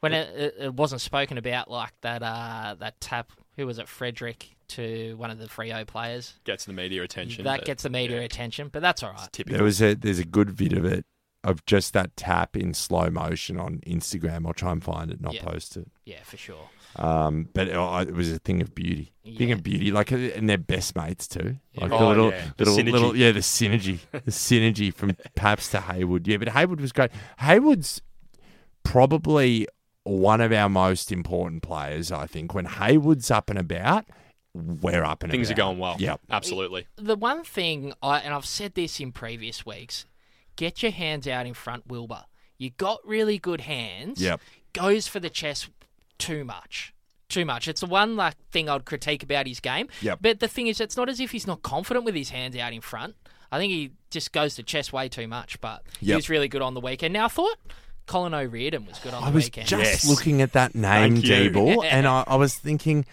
[SPEAKER 4] When it, it, it wasn't spoken about like that. Uh, that tap. Who was it? Frederick to one of the Frio players.
[SPEAKER 3] Gets the media attention.
[SPEAKER 4] That
[SPEAKER 3] but
[SPEAKER 4] gets the media attention, but that's all right.
[SPEAKER 3] typical.
[SPEAKER 2] There was a there's a good bit of it of just that tap in slow motion on Instagram. I'll try and find it, not
[SPEAKER 4] Yeah.
[SPEAKER 2] post it.
[SPEAKER 4] Yeah, for sure.
[SPEAKER 2] Um, but it, oh, it was a thing of beauty, thing
[SPEAKER 4] Yeah.
[SPEAKER 2] of beauty. Like uh, and they're best mates too. Like the
[SPEAKER 3] Oh,
[SPEAKER 2] little
[SPEAKER 3] yeah. The
[SPEAKER 2] little
[SPEAKER 3] synergy.
[SPEAKER 2] little yeah, the synergy, the synergy from Paps to Haywood. Yeah, but Haywood was great. Haywood's probably one of our most important players. I think when Haywood's up and about, we're up and
[SPEAKER 3] Things are
[SPEAKER 2] about.
[SPEAKER 3] going well.
[SPEAKER 2] Yep.
[SPEAKER 3] Absolutely.
[SPEAKER 4] the one thing I and I've said this in previous weeks, get your hands out in front, Wilbur. You got really good hands.
[SPEAKER 2] Yep.
[SPEAKER 4] Goes for the chest too much. Too much. It's the one like thing I'd critique about his game.
[SPEAKER 2] Yep.
[SPEAKER 4] But the thing is it's not as if he's not confident with his hands out in front. I think he just goes to chess way too much, but he
[SPEAKER 2] Yep.
[SPEAKER 4] was really good on the weekend. Now I thought Colin O'Riordan was good on
[SPEAKER 2] I
[SPEAKER 4] the
[SPEAKER 2] was
[SPEAKER 4] weekend.
[SPEAKER 2] just
[SPEAKER 3] Yes.
[SPEAKER 2] looking at that name,
[SPEAKER 3] Thank you.
[SPEAKER 2] Deeble, and I, I was thinking,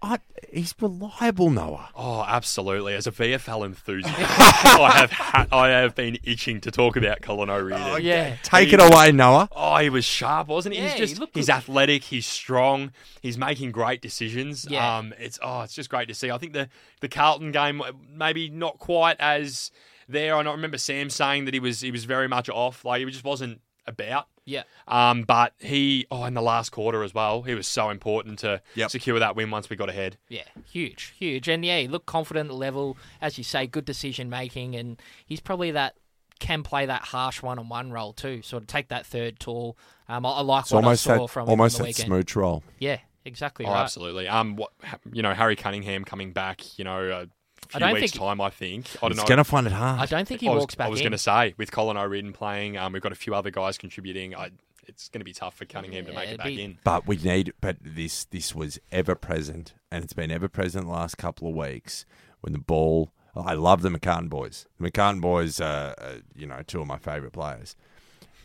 [SPEAKER 2] I, he's reliable, Noah.
[SPEAKER 3] Oh, absolutely. As a VFL enthusiast, I have ha- I have been itching to talk about Colin O'Riordan. Oh,
[SPEAKER 4] yeah.
[SPEAKER 2] Take it away, Noah.
[SPEAKER 3] he was sharp, wasn't he?
[SPEAKER 4] Yeah,
[SPEAKER 3] he's
[SPEAKER 4] he
[SPEAKER 3] just
[SPEAKER 4] looked
[SPEAKER 3] he's
[SPEAKER 4] good.
[SPEAKER 3] athletic, he's strong, he's making great decisions.
[SPEAKER 4] Yeah.
[SPEAKER 3] Um it's oh, it's just great to see. I think the the Carlton game maybe not quite as there. I don't remember Sam saying that he was he was very much off, like he just wasn't about.
[SPEAKER 4] Yeah.
[SPEAKER 3] Um, but he, oh, in the last quarter as well, he was so important to
[SPEAKER 2] Yep.
[SPEAKER 3] secure that win once we got ahead.
[SPEAKER 4] Yeah, huge, huge, and yeah, he looked confident at the level, as you say, good decision making, and he's probably that can play that harsh one on one role too. Sort of take that third tall. Um, I, I like
[SPEAKER 2] It's
[SPEAKER 4] what I
[SPEAKER 2] almost
[SPEAKER 4] saw
[SPEAKER 2] that,
[SPEAKER 4] from him
[SPEAKER 2] almost
[SPEAKER 4] on the
[SPEAKER 2] that
[SPEAKER 4] weekend.
[SPEAKER 2] smooch roll.
[SPEAKER 4] Yeah, exactly
[SPEAKER 3] Oh,
[SPEAKER 4] right.
[SPEAKER 3] absolutely. Um, what you know, Harry Cunningham coming back, you know, a few
[SPEAKER 4] don't
[SPEAKER 3] weeks
[SPEAKER 4] think-
[SPEAKER 3] time, I think. I don't
[SPEAKER 2] He's
[SPEAKER 3] know.
[SPEAKER 2] going to find it
[SPEAKER 4] I
[SPEAKER 2] hard.
[SPEAKER 4] don't think he
[SPEAKER 3] I was,
[SPEAKER 4] walks back
[SPEAKER 3] I was
[SPEAKER 4] in.
[SPEAKER 3] going to say with Colin O'Riordan playing, um, we've got a few other guys contributing. I, it's going to be tough for Cunningham to
[SPEAKER 4] Yeah,
[SPEAKER 3] make it
[SPEAKER 4] it'd
[SPEAKER 3] back
[SPEAKER 4] be-
[SPEAKER 3] in.
[SPEAKER 2] But we need. But this this was ever present, and it's been ever present the last couple of weeks when the ball. I love the McCartan boys. The McCartan boys are, uh, you know, two of my favourite players.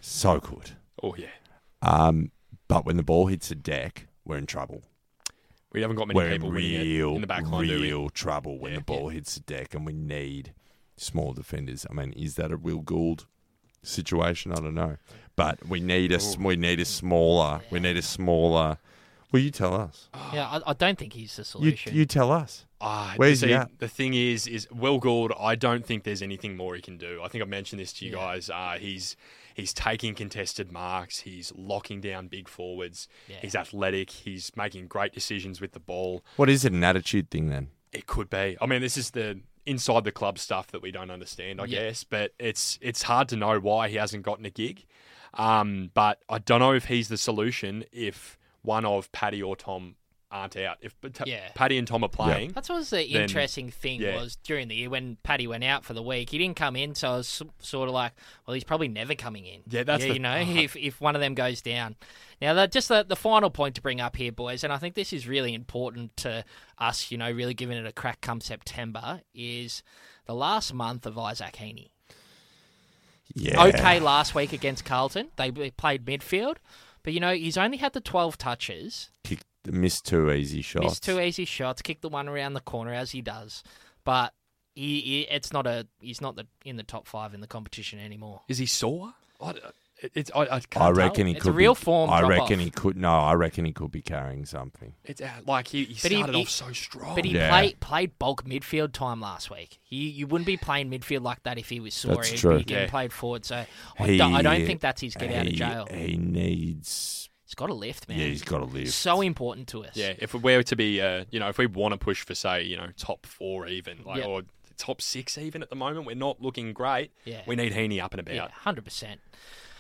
[SPEAKER 2] So good.
[SPEAKER 3] Oh yeah,
[SPEAKER 2] Um, but when the ball hits the deck, we're in trouble.
[SPEAKER 3] We haven't got many
[SPEAKER 2] We're in
[SPEAKER 3] people winning it
[SPEAKER 2] real,
[SPEAKER 3] in the back line, do we?
[SPEAKER 2] real trouble when the ball hits the deck, and we need small defenders. I mean, is that a Will Gould situation? I don't know, but we need a s- we need a smaller we need a smaller. Well, you tell us.
[SPEAKER 4] Yeah, I, I don't think he's the
[SPEAKER 2] You
[SPEAKER 4] solution.
[SPEAKER 2] you tell us.
[SPEAKER 3] Ah,
[SPEAKER 2] Where's
[SPEAKER 3] see,
[SPEAKER 2] he at?
[SPEAKER 3] The thing is, is Will Gould. I don't think there's anything more he can do. I think I mentioned this to you guys. Uh, he's he's taking contested marks. He's locking down big forwards.
[SPEAKER 4] Yeah.
[SPEAKER 3] He's athletic. He's making great decisions with the ball.
[SPEAKER 2] What is it? An attitude thing then?
[SPEAKER 3] It could be. I mean, this is the inside the club stuff that we don't understand, I
[SPEAKER 4] Yeah.
[SPEAKER 3] guess. But it's it's hard to know why he hasn't gotten a gig. Um, but I don't know if he's the solution if one of Paddy or Tom aren't out. If but
[SPEAKER 4] Yeah.
[SPEAKER 3] Paddy and Tom are playing.
[SPEAKER 4] That was the
[SPEAKER 3] then-
[SPEAKER 4] interesting thing
[SPEAKER 3] yeah.
[SPEAKER 4] was during the year when Paddy went out for the week, he didn't come in, so I was s- sort of like, well, he's probably never coming in.
[SPEAKER 3] Yeah, that's the-
[SPEAKER 4] you know, if if one of them goes down. Now, that just the, the final point to bring up here, boys, and I think this is really important to us, you know, really giving it a crack come September is the last month of Isaac Heaney.
[SPEAKER 2] Yeah.
[SPEAKER 4] okay last week against Carlton. They b- played midfield, but you know he's only had the twelve touches,
[SPEAKER 2] Kick, missed two easy shots.
[SPEAKER 4] missed two easy shots, kicked the one around the corner as he does. But he, he it's not a he's not the, in the top five in the competition anymore.
[SPEAKER 3] Is he sore? I, it's, I, I can't
[SPEAKER 2] I reckon he
[SPEAKER 4] It's
[SPEAKER 2] could
[SPEAKER 4] a real
[SPEAKER 2] be,
[SPEAKER 4] form
[SPEAKER 2] I
[SPEAKER 4] drop
[SPEAKER 2] reckon
[SPEAKER 4] off.
[SPEAKER 2] he could. No, I reckon he could be carrying something.
[SPEAKER 3] It's out. Like he, he
[SPEAKER 4] But he-
[SPEAKER 3] started
[SPEAKER 4] he-
[SPEAKER 3] off so strong.
[SPEAKER 4] But he
[SPEAKER 2] Yeah.
[SPEAKER 4] played played bulk midfield time last week. He you wouldn't be playing midfield like that if he was sore.
[SPEAKER 2] That's
[SPEAKER 4] He'd
[SPEAKER 2] true.
[SPEAKER 4] Be getting
[SPEAKER 3] Yeah.
[SPEAKER 4] played forward, so I, don't, I don't
[SPEAKER 2] He-
[SPEAKER 4] think that's his get out of
[SPEAKER 2] he-
[SPEAKER 4] jail.
[SPEAKER 2] He needs.
[SPEAKER 4] He's got a lift, man.
[SPEAKER 2] Yeah, he's got to live.
[SPEAKER 4] so important to us.
[SPEAKER 3] yeah, if we're to be, uh, you know, if we want to push for say, you know, top four even, like
[SPEAKER 4] Yeah.
[SPEAKER 3] or top six even at the moment, we're not looking great.
[SPEAKER 4] Yeah.
[SPEAKER 3] we need Heaney up and about.
[SPEAKER 4] yeah, hundred percent,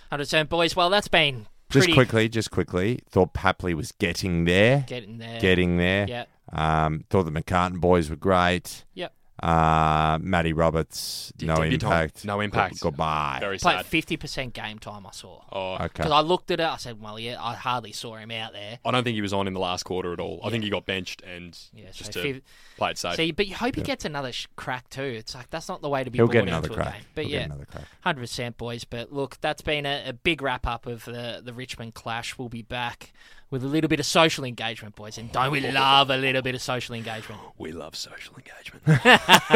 [SPEAKER 4] hundred percent, boys. Well, that's been
[SPEAKER 2] just
[SPEAKER 4] pretty
[SPEAKER 2] quickly, just quickly. Thought Papley was getting there,
[SPEAKER 4] getting there.
[SPEAKER 2] getting there.
[SPEAKER 4] Yeah.
[SPEAKER 2] Um, thought the McCartan boys were great.
[SPEAKER 4] Yep.
[SPEAKER 2] Uh, Matty Roberts,
[SPEAKER 3] Did-
[SPEAKER 2] no
[SPEAKER 3] did you talk-
[SPEAKER 2] impact.
[SPEAKER 3] no impact.
[SPEAKER 2] Go- goodbye.
[SPEAKER 3] Very
[SPEAKER 4] Played
[SPEAKER 3] sad.
[SPEAKER 4] fifty percent game time. I saw
[SPEAKER 3] Oh,
[SPEAKER 2] okay.
[SPEAKER 4] because I looked at it. I said, "Well, yeah, I hardly saw him out there."
[SPEAKER 3] I don't think he was on in the last quarter at all. I think he got benched and
[SPEAKER 4] Yeah,
[SPEAKER 3] just
[SPEAKER 4] so
[SPEAKER 3] to
[SPEAKER 4] fif-
[SPEAKER 3] play it safe.
[SPEAKER 4] So, you- but you hope he gets another sh- crack too. It's like that's not the way to be.
[SPEAKER 2] He'll get
[SPEAKER 4] brought
[SPEAKER 2] another
[SPEAKER 4] into a
[SPEAKER 2] crack.
[SPEAKER 4] game. But
[SPEAKER 2] He'll get
[SPEAKER 4] yeah,
[SPEAKER 2] another crack.
[SPEAKER 4] hundred percent, boys. But look, that's been a, a big wrap up of the the Richmond clash. We'll be back with a little bit of social engagement, boys. And don't we love a little bit of social engagement?
[SPEAKER 3] we love social engagement.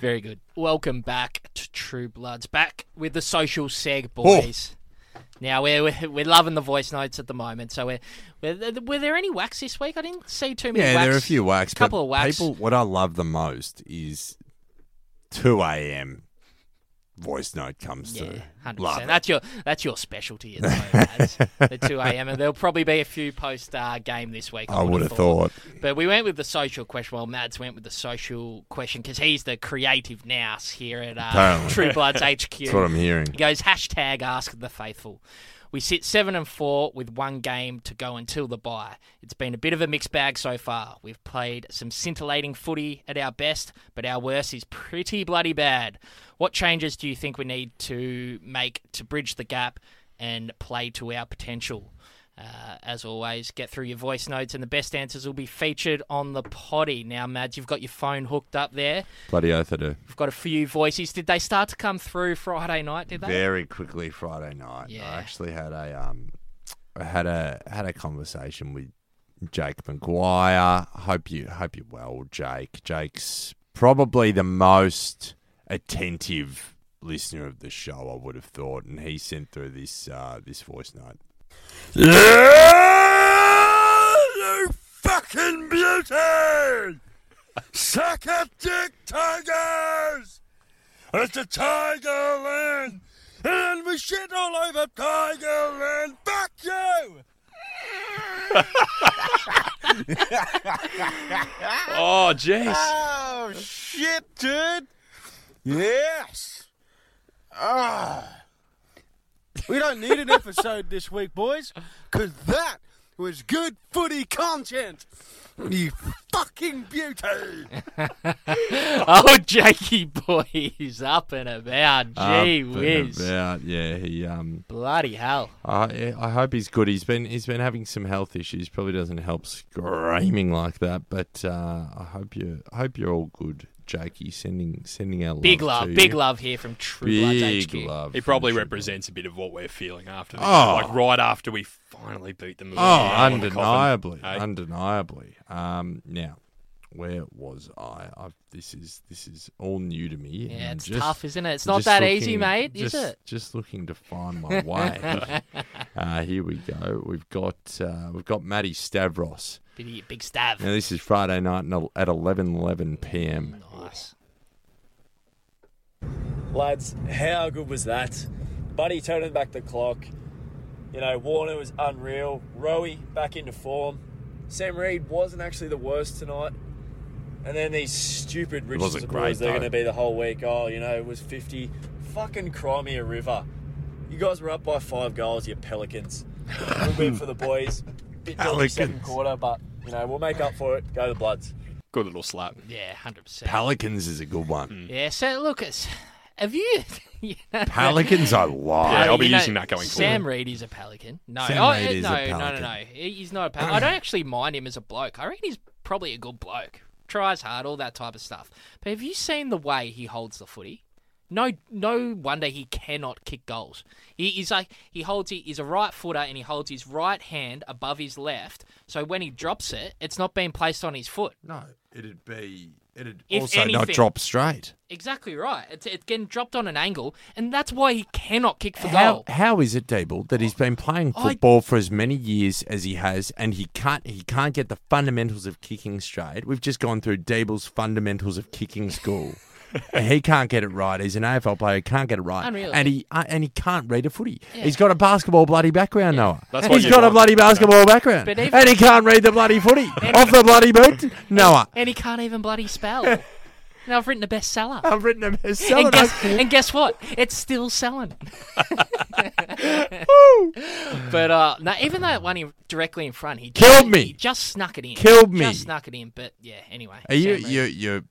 [SPEAKER 4] Very good. Welcome back to True Bloods. Back with the social seg,
[SPEAKER 2] Oh.
[SPEAKER 4] boys. Now we're, we're we're loving the voice notes at the moment. So we're, we're were there any whacks this week? I didn't see too many.
[SPEAKER 2] Yeah,
[SPEAKER 4] whacks.
[SPEAKER 2] there are a few whacks.
[SPEAKER 4] Couple
[SPEAKER 2] but
[SPEAKER 4] of whacks.
[SPEAKER 2] People, what I love the most is 2 a.m. voice note comes
[SPEAKER 4] Yeah,
[SPEAKER 2] through.
[SPEAKER 4] hundred
[SPEAKER 2] Love it.
[SPEAKER 4] percent. That's your that's your specialty at the moment. lads. the two a.m. and there'll probably be a few post uh, game this week. I,
[SPEAKER 2] I
[SPEAKER 4] would have
[SPEAKER 2] thought.
[SPEAKER 4] But we went with the social question. Well, Mads went with the social question because he's the creative nous here at uh,
[SPEAKER 2] Apparently.
[SPEAKER 4] True Bloods HQ.
[SPEAKER 2] That's what I'm hearing.
[SPEAKER 4] He goes hashtag ask the faithful. We sit seven and four with one game to go until the bye. It's been a bit of a mixed bag so far. We've played some scintillating footy at our best, but our worst is pretty bloody bad. What changes do you think we need to make to bridge the gap and play to our potential? Uh, as always, get through your voice notes, and the best answers will be featured on the potty. Now, Mads, you've got your phone hooked up there.
[SPEAKER 2] Bloody oath I do.
[SPEAKER 4] We've got a few voices. Did they start to come through Friday night? Did they?
[SPEAKER 2] very quickly Friday night.
[SPEAKER 4] Yeah.
[SPEAKER 2] I actually had a um, I had a had a conversation with Jake McGuire. Hope you hope you're well, Jake. Jake's probably the most attentive listener of the show, I would have thought, and he sent through this uh, this voice note. you fucking beauty! Suck a dick, tigers! It's a Tigerland! And we shit all over Tigerland! Fuck you!
[SPEAKER 3] oh, jeez.
[SPEAKER 5] Oh shit, dude! Yes. Ah. We don't need an episode this week, boys, because that was good footy content. You fucking beauty.
[SPEAKER 4] Oh, Jakey boy, he's up and about. Gee whiz.
[SPEAKER 2] About, yeah, he um,
[SPEAKER 4] Bloody hell.
[SPEAKER 2] I I hope he's good. He's been he's been having some health issues. Probably doesn't help screaming like that, but uh, I hope you I hope you're all good. Jakey sending sending our
[SPEAKER 4] Big
[SPEAKER 2] love,
[SPEAKER 4] love,
[SPEAKER 2] to
[SPEAKER 4] big
[SPEAKER 2] you.
[SPEAKER 4] love here from True Bloods
[SPEAKER 2] big
[SPEAKER 4] HQ.
[SPEAKER 2] love.
[SPEAKER 3] He
[SPEAKER 2] from
[SPEAKER 3] probably
[SPEAKER 2] True
[SPEAKER 3] represents a bit of what we're feeling after this.
[SPEAKER 2] Oh.
[SPEAKER 3] Like right after we finally beat them. with the
[SPEAKER 2] Oh,
[SPEAKER 3] nail in the coffin. Uh,
[SPEAKER 2] undeniably,
[SPEAKER 3] Hey?
[SPEAKER 2] undeniably. Um, now, where was I? I? This is this is all new to me.
[SPEAKER 4] Yeah,
[SPEAKER 2] and
[SPEAKER 4] it's
[SPEAKER 2] just-
[SPEAKER 4] tough, isn't it? It's not
[SPEAKER 2] just
[SPEAKER 4] that easy,
[SPEAKER 2] looking-
[SPEAKER 4] mate,
[SPEAKER 2] just,
[SPEAKER 4] is it?
[SPEAKER 2] Just looking to find my way. uh, here we go. We've got uh, we've got Matty Stavros.
[SPEAKER 4] Big, big stab.
[SPEAKER 2] Now this is Friday night and at 11, 11 p.m.
[SPEAKER 4] Nice.
[SPEAKER 6] Lads, how good was that? Buddy turning back the clock. You know, Warner was unreal. Rowie back into form. Sam Reed wasn't actually the worst tonight. And then these stupid Richardson
[SPEAKER 2] wasn't great,
[SPEAKER 6] boys, they're
[SPEAKER 2] though.
[SPEAKER 6] going to be the whole week. Oh, you know, it was 50. Fucking cry me a river. You guys were up by five goals, you Pelicans. Good win for the boys. Bit dodgy second
[SPEAKER 2] Pelicans.
[SPEAKER 6] quarter, but, you know, we'll make up for it. Go the Bloods.
[SPEAKER 3] Good little Mm. slap.
[SPEAKER 4] Yeah, hundred percent.
[SPEAKER 2] Pelicans is a good one.
[SPEAKER 4] Yeah. So, Lucas, have you? yeah.
[SPEAKER 2] Pelicans, I love.
[SPEAKER 3] Yeah, I'll be
[SPEAKER 4] You know,
[SPEAKER 3] using that going
[SPEAKER 4] Sam
[SPEAKER 3] forward.
[SPEAKER 4] Reed is a pelican. No,
[SPEAKER 2] Sam
[SPEAKER 4] oh,
[SPEAKER 2] Reed
[SPEAKER 4] eh,
[SPEAKER 2] is a
[SPEAKER 4] no, no, no,
[SPEAKER 2] pelican.
[SPEAKER 4] no. He- He's not a pelican. I don't actually mind him as a bloke. I reckon he's probably a good bloke. Tries hard, all that type of stuff. But have you seen the way he holds the footy? No, no wonder he cannot kick goals. He is like he holds. He is a right footer, and he holds his right hand above his left. So when he drops it, it's not being placed on his foot.
[SPEAKER 2] No, it'd be it'd
[SPEAKER 4] If
[SPEAKER 2] also not
[SPEAKER 4] anything-
[SPEAKER 2] drop straight.
[SPEAKER 4] Exactly right. It's, it's getting dropped on an angle, and that's why he cannot kick for
[SPEAKER 2] How
[SPEAKER 4] goal.
[SPEAKER 2] how is it, Dable, that he's been playing
[SPEAKER 4] I-
[SPEAKER 2] football for as many years as he has, and he can't he can't get the fundamentals of kicking straight? We've just gone through Dable's fundamentals of kicking school. and he can't get it right. He's an AFL player. He can't get it right,
[SPEAKER 4] Unreal.
[SPEAKER 2] and he uh, and he can't read a footy. He's got a basketball bloody background, Noah.
[SPEAKER 3] That's what
[SPEAKER 2] He's
[SPEAKER 3] you
[SPEAKER 2] got a
[SPEAKER 3] want.
[SPEAKER 2] bloody basketball background,
[SPEAKER 4] But even-
[SPEAKER 2] and he can't read the bloody footy off the bloody boot, Noah.
[SPEAKER 4] and he can't even bloody spell. now I've written a bestseller.
[SPEAKER 2] I've written a bestseller.
[SPEAKER 4] and, guess, and guess what? It's still selling. but uh, no, even that one in, directly in front, he
[SPEAKER 2] Killed me.
[SPEAKER 4] He just snuck it in.
[SPEAKER 2] Killed me.
[SPEAKER 4] Just snuck it in. But yeah, anyway.
[SPEAKER 2] Are you
[SPEAKER 4] Sam Reid.
[SPEAKER 2] you you're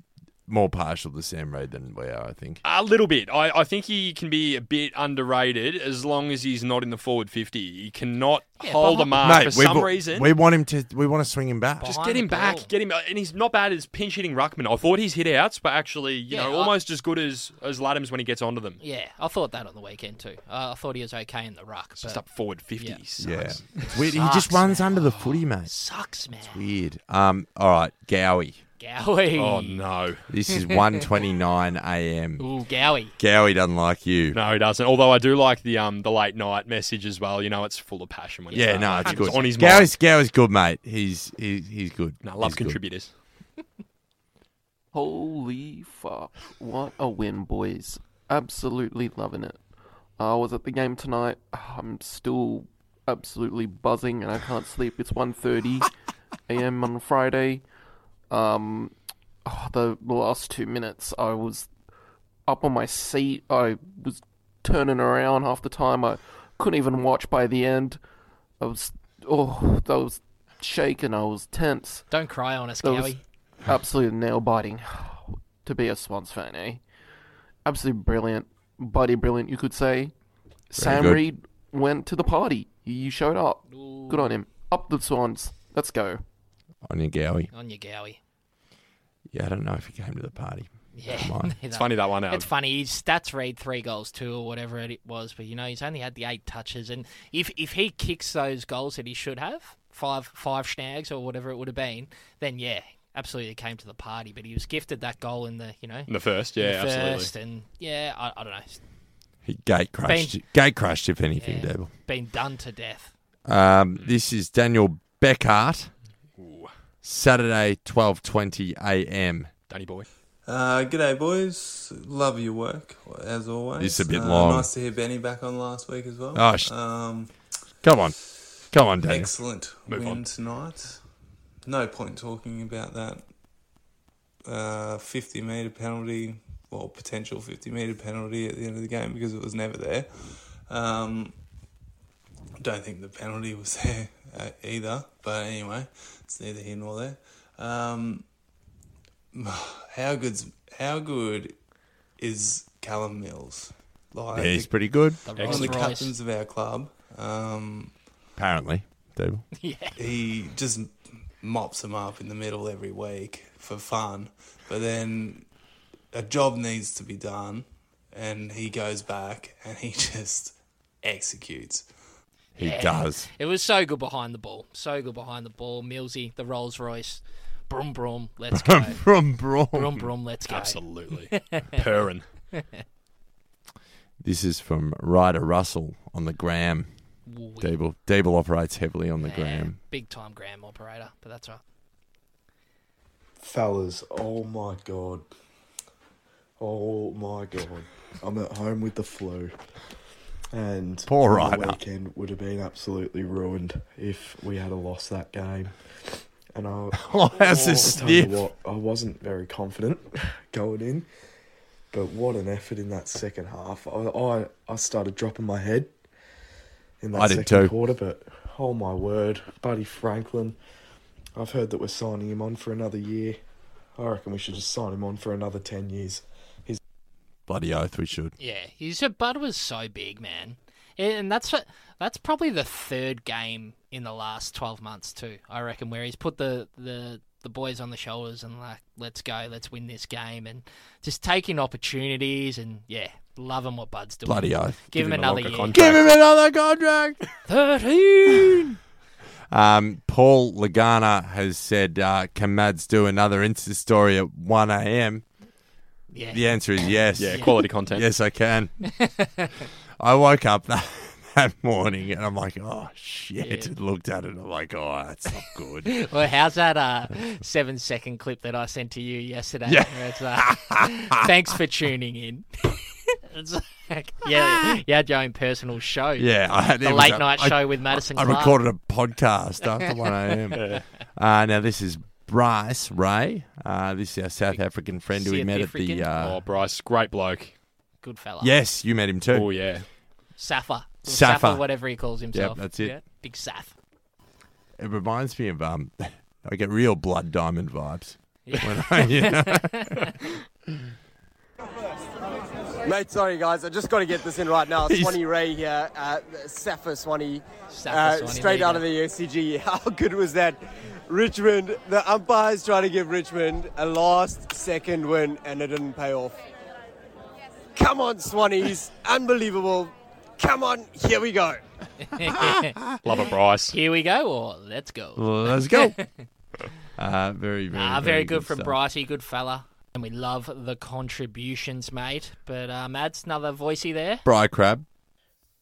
[SPEAKER 2] more partial to Sam Reid than we are? I think.
[SPEAKER 3] A little bit. I, I think he can be a bit underrated as long as he's not in the forward 50. He cannot
[SPEAKER 4] Yeah,
[SPEAKER 3] hold
[SPEAKER 4] but-
[SPEAKER 3] a mark for
[SPEAKER 2] we
[SPEAKER 3] some
[SPEAKER 2] wa-
[SPEAKER 3] reason.
[SPEAKER 2] we want him to. We want to swing him back.
[SPEAKER 3] just
[SPEAKER 4] Behind
[SPEAKER 3] get
[SPEAKER 4] the
[SPEAKER 3] him
[SPEAKER 4] ball.
[SPEAKER 3] back. Get him. And he's not bad as pinch hitting Ruckman. I thought his hit outs were actually, you
[SPEAKER 4] Yeah,
[SPEAKER 3] know,
[SPEAKER 4] I-
[SPEAKER 3] almost as good as, as Laddams when he gets onto them.
[SPEAKER 4] Yeah, I thought that on the weekend too. Uh, I thought he was okay in the ruck.
[SPEAKER 3] Just
[SPEAKER 4] but
[SPEAKER 3] up forward 50.
[SPEAKER 4] Yeah.
[SPEAKER 3] Sucks.
[SPEAKER 2] yeah, it's weird. He just runs under the footy, mate.
[SPEAKER 4] sucks, man.
[SPEAKER 2] Weird. Um. All right, Gowie.
[SPEAKER 4] Gowie.
[SPEAKER 3] Oh, no.
[SPEAKER 2] This is 1.29 a.m.
[SPEAKER 4] Ooh, Gowie.
[SPEAKER 2] Gowie doesn't like you.
[SPEAKER 3] No, he doesn't. Although I do like the um the late night message as well. You know, it's full of passion when it's
[SPEAKER 2] Yeah,
[SPEAKER 3] that.
[SPEAKER 2] no, it's
[SPEAKER 3] Happens
[SPEAKER 2] good.
[SPEAKER 3] on his mind.
[SPEAKER 2] Gowie's, Gowie's good, mate. He's he's, he's good.
[SPEAKER 3] No, I love
[SPEAKER 2] He's good.
[SPEAKER 3] contributors.
[SPEAKER 7] Holy fuck. What a win, boys. Absolutely loving it. I was at the game tonight. I'm still absolutely buzzing and I can't sleep. It's 1.30 a.m. on Friday. Um, oh, the last two minutes, I was up on my seat. I was turning around half the time. I couldn't even watch by the end. I was, oh, I was shaken. I was tense.
[SPEAKER 4] Don't cry on us,
[SPEAKER 7] That was
[SPEAKER 4] Gowie.
[SPEAKER 7] absolute nail biting to be a Swans fan, eh? Absolutely brilliant, bloody brilliant, you could say. Sam
[SPEAKER 2] good.
[SPEAKER 7] Reed went to the party. You showed up. Good on him. Up the Swans. Let's go.
[SPEAKER 2] On your Gowie.
[SPEAKER 4] On your Gowie.
[SPEAKER 2] Yeah, I don't know if he came to the party.
[SPEAKER 4] Yeah.
[SPEAKER 2] mind.
[SPEAKER 4] neither.
[SPEAKER 3] It's funny that one out.
[SPEAKER 4] It's funny. His stats read three goals two or whatever it was, but you know he's only had the eight touches, and if if he kicks those goals that he should have five five snags or whatever it would have been, then yeah, absolutely came to the party. But he was gifted that goal in the you know
[SPEAKER 3] In the first, yeah,
[SPEAKER 4] the
[SPEAKER 3] absolutely.
[SPEAKER 4] first, and yeah, I, I don't know,
[SPEAKER 2] He gate crushed.
[SPEAKER 4] Been-
[SPEAKER 2] Gate crushed, if anything,
[SPEAKER 4] Yeah.
[SPEAKER 2] Dable.
[SPEAKER 4] been done to death.
[SPEAKER 2] Um, this is Daniel Beckart. Saturday, twelve twenty a.m.
[SPEAKER 3] Danny boy.
[SPEAKER 8] Uh, g'day, boys. Love your work as always.
[SPEAKER 2] This is a bit
[SPEAKER 8] Uh,
[SPEAKER 2] long.
[SPEAKER 8] Nice to hear Benny back on last week as well.
[SPEAKER 2] Oh, sh-
[SPEAKER 8] um,
[SPEAKER 2] Come on, come on, Daniel.
[SPEAKER 8] excellent
[SPEAKER 3] Move
[SPEAKER 8] win
[SPEAKER 3] on.
[SPEAKER 8] tonight. No point talking about that. Uh, fifty meter penalty, well, potential fifty meter penalty at the end of the game because it was never there. Um, don't think the penalty was there uh, either. But anyway, it's neither here nor there. Um, how good's how good is Callum Mills? Like
[SPEAKER 2] Yeah, he's pretty good.
[SPEAKER 4] The
[SPEAKER 8] one of the
[SPEAKER 4] Rolls Royce.
[SPEAKER 8] captains of our club. Um,
[SPEAKER 2] Apparently, Dable.
[SPEAKER 8] he just mops them up in the middle every week for fun. But then a job needs to be done, and he goes back and he just executes.
[SPEAKER 2] He does.
[SPEAKER 4] It was so good behind the ball. So good behind the ball. Millsy, the Rolls Royce. Brum brum, let's go.
[SPEAKER 2] From Braun.
[SPEAKER 4] brum brum, let's go.
[SPEAKER 3] Absolutely. Purring.
[SPEAKER 2] This is from Ryder Russell on the gram.
[SPEAKER 4] Ooh, we-
[SPEAKER 2] Deeble, Deeble operates heavily on the
[SPEAKER 4] Yeah,
[SPEAKER 2] gram.
[SPEAKER 4] Big time gram operator, but that's all right.
[SPEAKER 9] Fellas, oh my god. Oh my god. I'm at home with the flu. And
[SPEAKER 2] Poor
[SPEAKER 9] the
[SPEAKER 2] Ryder.
[SPEAKER 9] weekend would have been absolutely ruined if we had a lost that game. And I
[SPEAKER 2] Oh, how's this
[SPEAKER 9] tell you
[SPEAKER 2] sniff?
[SPEAKER 9] what, I wasn't very confident going in. But what an effort in that second half. I I, I started dropping my head in that
[SPEAKER 2] I did
[SPEAKER 9] second
[SPEAKER 2] too.
[SPEAKER 9] quarter, but oh my word, Buddy Franklin. I've heard that we're signing him on for another year. I reckon we should just sign him on for another ten years.
[SPEAKER 2] Bloody oath, we should.
[SPEAKER 4] Yeah, his bud was so big, man, and that's what, that's probably the third game in the last twelve months too. I reckon where he's put the the the boys on the shoulders and like, let's go, let's win this game, and just taking opportunities and yeah, loving what Bud's doing.
[SPEAKER 2] Bloody oath.
[SPEAKER 4] give, him,
[SPEAKER 3] him a
[SPEAKER 4] another
[SPEAKER 3] longer
[SPEAKER 4] year.
[SPEAKER 3] contract.
[SPEAKER 2] Give him another contract.
[SPEAKER 4] Thirteen.
[SPEAKER 2] Um, Paul Lagana has said, uh, can Mads do another Insta story at 1 a.m.?
[SPEAKER 4] Yeah.
[SPEAKER 2] The answer is yes.
[SPEAKER 3] Yeah, quality content.
[SPEAKER 2] Yes, I can. I woke up that, that morning and I'm like, oh, shit.
[SPEAKER 4] Yeah.
[SPEAKER 2] Looked at it. I'm like, oh, that's not good.
[SPEAKER 4] Well, how's that uh, seven second clip that I sent to you yesterday?
[SPEAKER 2] Yeah.
[SPEAKER 4] Where it's, uh, Thanks for tuning in. it's like, yeah, you had your own personal show.
[SPEAKER 2] yeah. I had,
[SPEAKER 4] The
[SPEAKER 2] it was
[SPEAKER 4] late
[SPEAKER 2] a-
[SPEAKER 4] night
[SPEAKER 2] I-
[SPEAKER 4] show with Madison
[SPEAKER 2] I
[SPEAKER 4] Clark.
[SPEAKER 2] recorded a podcast after 1 a.m. uh, now, this is Bryce Ray. Uh, this is our South African friend who we
[SPEAKER 4] South
[SPEAKER 2] met at
[SPEAKER 4] African? Oh,
[SPEAKER 2] the. Uh,
[SPEAKER 3] Oh, Bryce, great bloke.
[SPEAKER 4] Good fella.
[SPEAKER 2] yes, you met him too.
[SPEAKER 3] Oh, yeah.
[SPEAKER 4] Saffa.
[SPEAKER 2] Saffa.
[SPEAKER 4] Saffa, whatever he calls himself.
[SPEAKER 2] that's it.
[SPEAKER 4] Big Saf.
[SPEAKER 2] It reminds me of. um, I get real blood diamond vibes. When I, you know,
[SPEAKER 10] Mate, sorry guys, I just got to get this in right now.
[SPEAKER 2] He's-
[SPEAKER 10] Swanee Ray here, uh, Sapphire Swanee,
[SPEAKER 4] Sapphire
[SPEAKER 10] uh,
[SPEAKER 4] Swanee, there
[SPEAKER 10] straight
[SPEAKER 4] you
[SPEAKER 10] out
[SPEAKER 4] go.
[SPEAKER 10] of the SCG. How good was that? Richmond, the umpires trying to give Richmond a last second win and it didn't pay off. Come on, Swanees, unbelievable. Come on, here we go.
[SPEAKER 3] Love it, Bryce.
[SPEAKER 4] Here we go, or let's go.
[SPEAKER 2] let's go. Uh, very, very,
[SPEAKER 4] Ah, very good from
[SPEAKER 2] stuff.
[SPEAKER 4] Brycey, good fella. And we love the contributions, mate. But uh, Mads, another voicey there.
[SPEAKER 2] Bry Crab.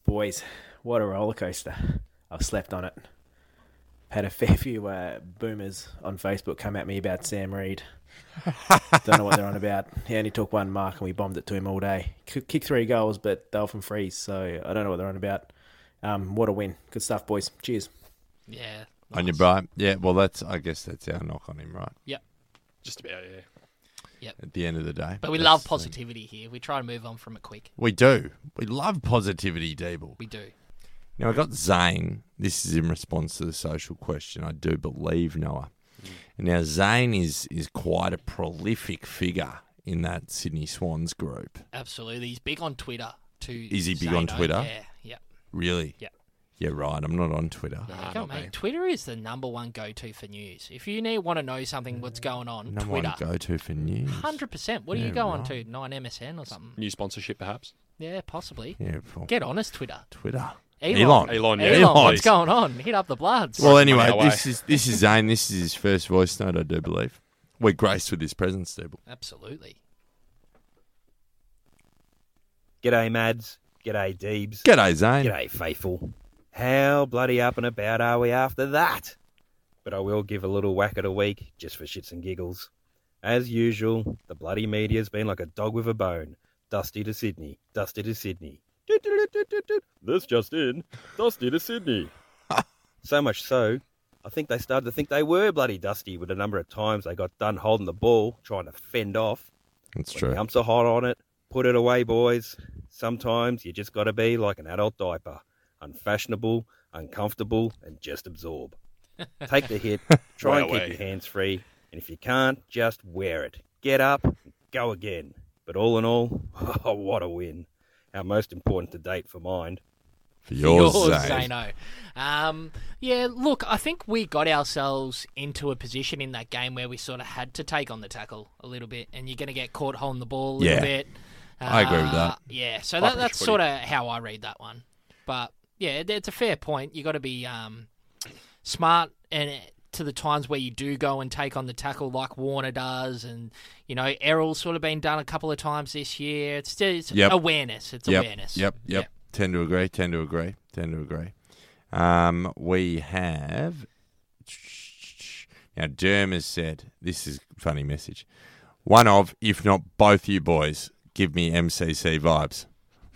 [SPEAKER 11] Boys, what a roller coaster. I've slept on it. Had a fair few uh, boomers on Facebook come at me about Sam Reed. Don't know what they're on about. He only took one mark and we bombed it to him all day. Kick- Kicked three goals, but they were from freeze, so I don't know what they're on about. Um, what a win. Good stuff, boys. Cheers.
[SPEAKER 4] Yeah.
[SPEAKER 2] On your Bry. Yeah, well, that's. I guess that's our knock on him, right?
[SPEAKER 3] Just about, yeah.
[SPEAKER 2] At the end of the day.
[SPEAKER 4] But we
[SPEAKER 2] That's
[SPEAKER 4] love
[SPEAKER 2] the thing.
[SPEAKER 4] positivity here. We try and move on from it quick.
[SPEAKER 2] We do. We love positivity, Deeble.
[SPEAKER 4] We do.
[SPEAKER 2] Now, I got Zane. This is in response to the social question, I do believe, Noah.
[SPEAKER 4] Mm.
[SPEAKER 2] And now, Zane is, is quite a prolific figure in that Sydney Swans group.
[SPEAKER 4] Absolutely. He's big on Twitter, too.
[SPEAKER 2] Is he big on
[SPEAKER 4] Zano.
[SPEAKER 2] Twitter?
[SPEAKER 4] oh, Yeah. Yeah.
[SPEAKER 2] Really?
[SPEAKER 4] Yeah.
[SPEAKER 2] Yeah, right. I'm Ah, not on Twitter.
[SPEAKER 4] There you go, mate. Twitter is the number one go to for news. If you need want to know something, what's going on,
[SPEAKER 2] No
[SPEAKER 4] Twitter.
[SPEAKER 2] Mm, one to go to for news.
[SPEAKER 4] Hundred percent. What do
[SPEAKER 2] Yeah,
[SPEAKER 4] you go on
[SPEAKER 2] right.
[SPEAKER 4] to? Nine MSN or something?
[SPEAKER 3] New sponsorship, perhaps.
[SPEAKER 4] Yeah, possibly.
[SPEAKER 2] Yeah, for
[SPEAKER 4] Get honest, Twitter.
[SPEAKER 2] Twitter.
[SPEAKER 4] Elon.
[SPEAKER 3] Elon, yeah.
[SPEAKER 4] Elon, what's
[SPEAKER 3] please.
[SPEAKER 4] going on? Hit up the Bloods.
[SPEAKER 2] Well,
[SPEAKER 3] Money
[SPEAKER 2] anyway,
[SPEAKER 3] away.
[SPEAKER 2] this is this is Zane. This is his first voice note, I do believe. We're graced with his presence, Deeble.
[SPEAKER 4] Absolutely.
[SPEAKER 11] G'day, Mads. G'day, Deebs.
[SPEAKER 2] G'day, Zane.
[SPEAKER 11] G'day, faithful. How bloody up and about are we after that? But I will give a little whack at a week just for shits and giggles. As usual, the bloody media's been like a dog with a bone. Dusty to Sydney, dusty to Sydney. Toot, toot, toot, toot, toot. This just in, dusty to Sydney. so much so, I think they started to think they were bloody dusty with the number of times they got done holding the ball, trying to fend off.
[SPEAKER 2] That's
[SPEAKER 11] When
[SPEAKER 2] true.
[SPEAKER 11] the Humps are hot on it. Put it away, boys. Sometimes you just got to be like an adult diaper unfashionable, uncomfortable, and just absorb. Take the hit, try
[SPEAKER 3] Right
[SPEAKER 11] and keep
[SPEAKER 3] away.
[SPEAKER 11] your hands free, and if you can't, just wear it. Get up, and go again. But all in all, what a win. Our most important to date for mine.
[SPEAKER 2] For yours,
[SPEAKER 4] yours,
[SPEAKER 2] Zane.
[SPEAKER 4] Zano. Um, yeah, look, I think we got ourselves into a position in that game where we sort of had to take on the tackle a little bit, and you're going to get caught holding the ball a little
[SPEAKER 2] Yeah.
[SPEAKER 4] bit. Uh,
[SPEAKER 2] I agree with that.
[SPEAKER 4] Yeah, so
[SPEAKER 2] Irish
[SPEAKER 4] that, that's
[SPEAKER 2] footy.
[SPEAKER 4] sort of how I read that one. But yeah, it- it's a fair point. You got to be um, smart and eh, to the times where you do go and take on the tackle like Warner does, and you know Errol's sort of been done a couple of times this year. It's still it's
[SPEAKER 2] Yep.
[SPEAKER 4] awareness. It's
[SPEAKER 2] yep.
[SPEAKER 4] awareness.
[SPEAKER 2] Yep, yep. Tend to agree. Tend to agree. Tend to agree. Um, we have now. Derm has said this is a funny message. One of, if not both, you boys give me MCC vibes.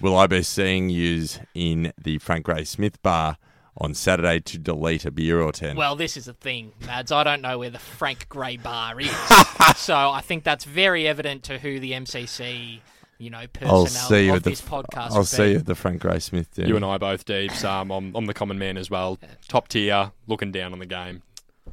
[SPEAKER 2] Will I be seeing yous in the Frank Ray Smith bar on Saturday to delete a beer or ten?
[SPEAKER 4] Well, this is the thing, Mads. I don't know where the Frank Grey bar is, so I think that's very evident to who the MCC, you know, personnel
[SPEAKER 2] I'll see you
[SPEAKER 4] of
[SPEAKER 2] at the
[SPEAKER 4] this podcast.
[SPEAKER 2] I'll
[SPEAKER 4] would
[SPEAKER 2] see you
[SPEAKER 4] be.
[SPEAKER 2] at the Frank Ray Smith. Derm.
[SPEAKER 3] You and I both, Deebs. Um, I'm, I'm the common man as well. Top tier, looking down on the game.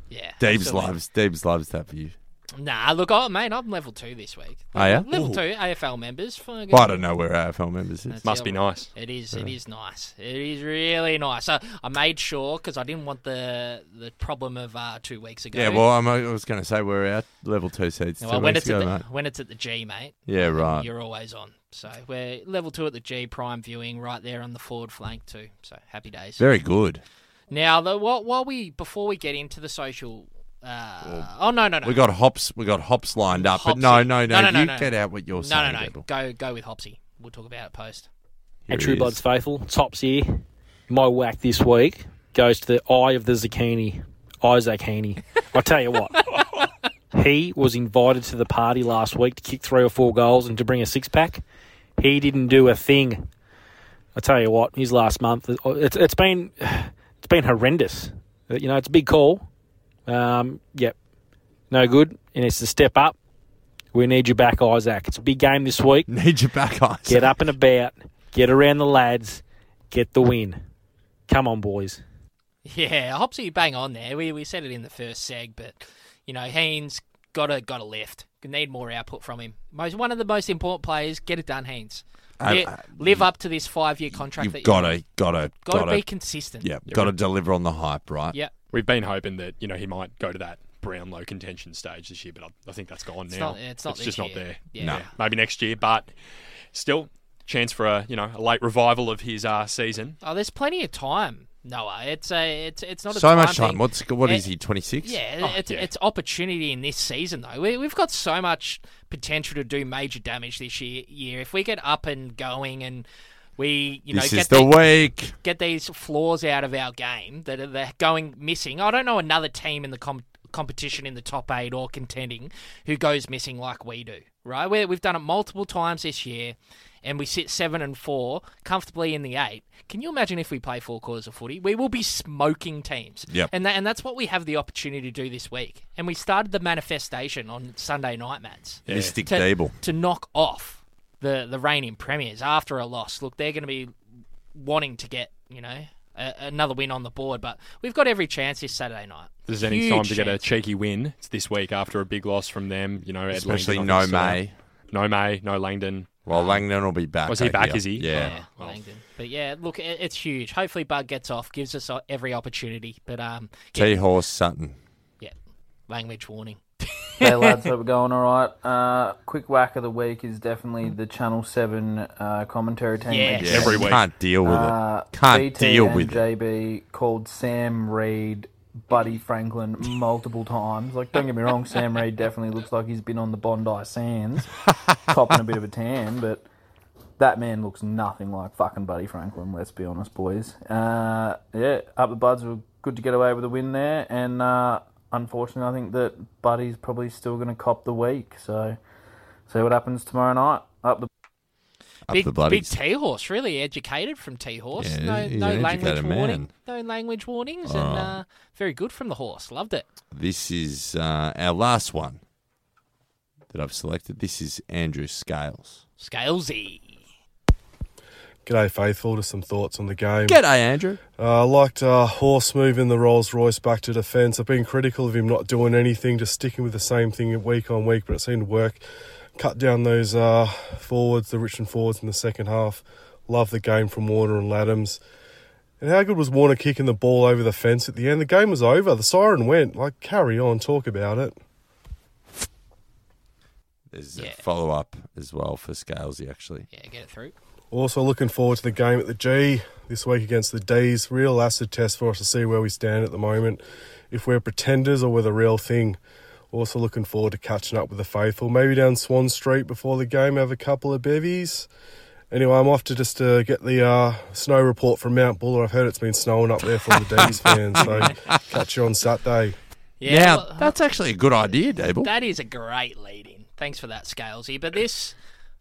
[SPEAKER 4] Yeah.
[SPEAKER 2] Deebs
[SPEAKER 4] absolutely.
[SPEAKER 2] loves Deebs loves that for you.
[SPEAKER 4] Nah, look, oh, mate, I'm level two this week.
[SPEAKER 2] Are ya?
[SPEAKER 4] Level
[SPEAKER 2] Ooh.
[SPEAKER 4] two AFL members. Fucking-
[SPEAKER 2] I don't know where AFL members is.
[SPEAKER 4] That's the other- It is. It is nice. It is really nice. I, I made sure because I didn't want the the problem of uh, two weeks ago.
[SPEAKER 2] Yeah, well, I'm, I was going to say we're out level two seats.
[SPEAKER 4] Well,
[SPEAKER 2] two
[SPEAKER 4] when
[SPEAKER 2] weeks
[SPEAKER 4] it's
[SPEAKER 2] ago,
[SPEAKER 4] at
[SPEAKER 2] mate.
[SPEAKER 4] the, when it's at the G, mate.
[SPEAKER 2] Yeah,
[SPEAKER 4] um,
[SPEAKER 2] right.
[SPEAKER 4] You're always on. So we're level two at the G, prime viewing right there on the forward flank too. So happy days.
[SPEAKER 2] Very good.
[SPEAKER 4] Now, the, while, while we before we get into the social, uh, oh no no no,
[SPEAKER 2] We got hops. We got hops lined up, but no,
[SPEAKER 4] Hopsy.
[SPEAKER 2] no, no. you
[SPEAKER 4] no.
[SPEAKER 2] get out what you're
[SPEAKER 4] no,
[SPEAKER 2] saying.
[SPEAKER 4] No no
[SPEAKER 2] Devil.
[SPEAKER 4] go go with Hopsy. We'll talk about it post.
[SPEAKER 2] Here
[SPEAKER 12] Hey,
[SPEAKER 2] he
[SPEAKER 12] True
[SPEAKER 2] is.
[SPEAKER 12] Bloods faithful, Tops here. My whack this week goes to the eye of the zucchini, Isaac Heaney. I tell you what, he was invited to the party last week to kick three or four goals and to bring a six pack. He didn't do a thing. I tell you what, his last month, it's it's been it's been horrendous. You know, it's a big call. Um, yep, no good, and it's a step up. We need you back, Isaac. It's a big game this week.
[SPEAKER 2] Need you back, Isaac.
[SPEAKER 12] Get up and about. Get around the lads. Get the win. Come on, boys.
[SPEAKER 4] Yeah, Hopsy, bang on there. We we said it in the first seg, but you know Haynes got a got a lift. Need more output from him. Most one of the most important players. Get it done, Haynes.
[SPEAKER 2] Um,
[SPEAKER 4] Get-
[SPEAKER 2] uh,
[SPEAKER 4] live up to this five year contract. that
[SPEAKER 2] You've
[SPEAKER 4] you
[SPEAKER 2] got
[SPEAKER 4] have.
[SPEAKER 2] to, got to,
[SPEAKER 4] Gotta be consistent.
[SPEAKER 2] Yeah,
[SPEAKER 4] Yeah,
[SPEAKER 2] got to
[SPEAKER 4] we-
[SPEAKER 2] deliver on the hype, right?
[SPEAKER 4] Yep.
[SPEAKER 3] We've been hoping that you know he might go to that Brownlow contention stage this year, but I, I think that's gone
[SPEAKER 4] It's
[SPEAKER 3] now.
[SPEAKER 4] not- it's not this
[SPEAKER 3] just not
[SPEAKER 4] year.
[SPEAKER 3] there.
[SPEAKER 4] Yeah. No.
[SPEAKER 3] maybe next year, but still chance for a you know a late revival of his uh, season.
[SPEAKER 4] Oh, there's plenty of time, Noah. It's a, it's, it's not a
[SPEAKER 2] So
[SPEAKER 4] time
[SPEAKER 2] much time.
[SPEAKER 4] Thing.
[SPEAKER 2] What's what
[SPEAKER 4] Eh,
[SPEAKER 2] is he? Twenty six.
[SPEAKER 4] Yeah,
[SPEAKER 3] Oh,
[SPEAKER 4] it's
[SPEAKER 3] yeah.
[SPEAKER 4] it's opportunity in this season though. We, we've got so much potential to do major damage this year. Year, if we get up and going and we, you know,
[SPEAKER 2] This
[SPEAKER 4] get
[SPEAKER 2] is the week.
[SPEAKER 4] get these flaws out of our game that are they're going missing. I don't know another team in the com- competition in the top eight or contending who goes missing like we do. Right? we we've done it multiple times this year, and we sit seven and four comfortably in the eight. Can you imagine if we play four quarters of footy? We will be smoking teams.
[SPEAKER 2] Yep.
[SPEAKER 4] And that, and that's what we have the opportunity to do this week. And we started the manifestation on Sunday night, Mads.
[SPEAKER 2] Yeah. Mystic
[SPEAKER 4] to,
[SPEAKER 2] Deeble.
[SPEAKER 4] to knock off the the reigning premiers after a loss. Look, they're going to be wanting to get you know a, another win on the board, but we've got every chance this Saturday night.
[SPEAKER 3] There's any
[SPEAKER 4] Huge
[SPEAKER 3] time to get a
[SPEAKER 4] chance.
[SPEAKER 3] cheeky win. It's this week after a big loss from them. You know, Ed
[SPEAKER 2] Especially
[SPEAKER 3] Langdon,
[SPEAKER 2] no
[SPEAKER 3] I think, still
[SPEAKER 2] May.
[SPEAKER 3] out. no May, no Langdon.
[SPEAKER 2] Well, Langdon will be back.
[SPEAKER 3] Was he
[SPEAKER 2] I
[SPEAKER 3] back?
[SPEAKER 2] hear.
[SPEAKER 3] Is he?
[SPEAKER 2] Yeah.
[SPEAKER 3] Oh, well.
[SPEAKER 4] Langdon. But yeah, look, it, it's huge. Hopefully, Bug gets off, gives us uh, every opportunity. But um, yeah,
[SPEAKER 2] T horse Sutton.
[SPEAKER 4] yeah, language warning.
[SPEAKER 13] hey lads, hope we're going all right. Uh, quick whack of the week is definitely the Channel Seven uh, commentary team.
[SPEAKER 2] Yes.
[SPEAKER 13] again.
[SPEAKER 2] Yeah, Every week. can't deal with it. Can't
[SPEAKER 13] BT
[SPEAKER 2] deal
[SPEAKER 13] and
[SPEAKER 2] with it.
[SPEAKER 13] JB called Sam Reed Buddy Franklin multiple times. Like, don't get me wrong, Sam Reed definitely looks like he's been on the Bondi Sands, copping a bit of a tan, but that man looks nothing like fucking Buddy Franklin. Let's be honest, boys. Uh, yeah, up the buds were good to get away with a win there, and uh, unfortunately, I think that Buddy's probably still going to cop the week. So, see what happens tomorrow night. Up the
[SPEAKER 4] big big T horse, really educated from T horse.
[SPEAKER 13] Yeah,
[SPEAKER 4] no
[SPEAKER 13] he's
[SPEAKER 4] no
[SPEAKER 13] an
[SPEAKER 4] language
[SPEAKER 2] educated
[SPEAKER 4] warning.
[SPEAKER 2] man.
[SPEAKER 4] No language warnings,
[SPEAKER 2] Oh.
[SPEAKER 4] and uh, very good from the horse. Loved it.
[SPEAKER 2] This is uh, our last one that I've selected. This is Andrew Scales.
[SPEAKER 4] Scalesy.
[SPEAKER 14] G'day, faithful. Just some thoughts on the game.
[SPEAKER 2] G'day, Andrew.
[SPEAKER 14] Uh, I liked uh, Horse moving the Rolls Royce back to defence. I've been critical of him not doing anything, just sticking with the same thing week on week, but it seemed to work. Cut down those uh, forwards, the Richmond forwards in the second half. Love the game from Warner and Laddams. And how good was Warner kicking the ball over the fence at the end? The game was over. The siren went. Like, carry on, talk about it.
[SPEAKER 2] There's a follow up as well for Scalesy, actually.
[SPEAKER 4] Yeah, get it through.
[SPEAKER 14] Also, looking forward to the game at the G this week against the D's. Real acid test for us to see where we stand at the moment, if we're pretenders or we're the real thing. Also, looking forward to catching up with the faithful. Maybe down Swan Street before the game, have a couple of bevies. Anyway, I'm off to just uh, get the uh, snow report from Mount Buller. I've heard it's been snowing up there for all the D's fans. So, catch you on Saturday.
[SPEAKER 4] Yeah, Now, well-
[SPEAKER 2] that's actually a good idea, Dable.
[SPEAKER 4] That is a great lead in. Thanks for that, Scalesy. But this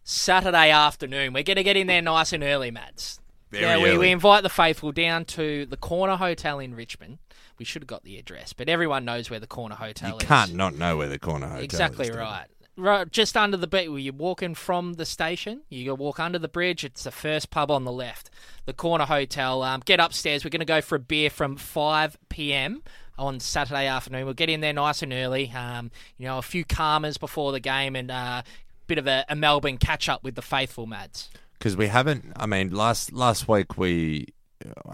[SPEAKER 4] Saturday afternoon, we're going to get in there nice and early, Mads.
[SPEAKER 2] Very
[SPEAKER 4] yeah, we,
[SPEAKER 2] early.
[SPEAKER 4] we invite the faithful down to the Corner Hotel in Richmond. We should have got the address, but everyone knows where the Corner Hotel is.
[SPEAKER 2] Can't not know where the corner hotel
[SPEAKER 4] Exactly
[SPEAKER 2] is.
[SPEAKER 4] right. Right, just under the bridge. You're walking from the station. You go walk under the bridge. It's the first pub on the left, the corner hotel. Um, get upstairs. We're going to go for a beer from 5 p.m. on Saturday afternoon. We'll get in there nice and early. Um, you know, a few calmers before the game and uh, bit of a, a Melbourne catch up with the faithful Mads.
[SPEAKER 2] because we haven't. I mean, last last week we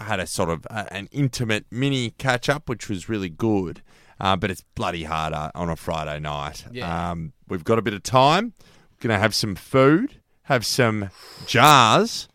[SPEAKER 2] had a sort of a, an intimate mini catch up, which was really good. Uh, but it's bloody hard uh, on a Friday night.
[SPEAKER 15] Yeah.
[SPEAKER 2] Um, we've got a bit of time. We're gonna have some food, have some jars,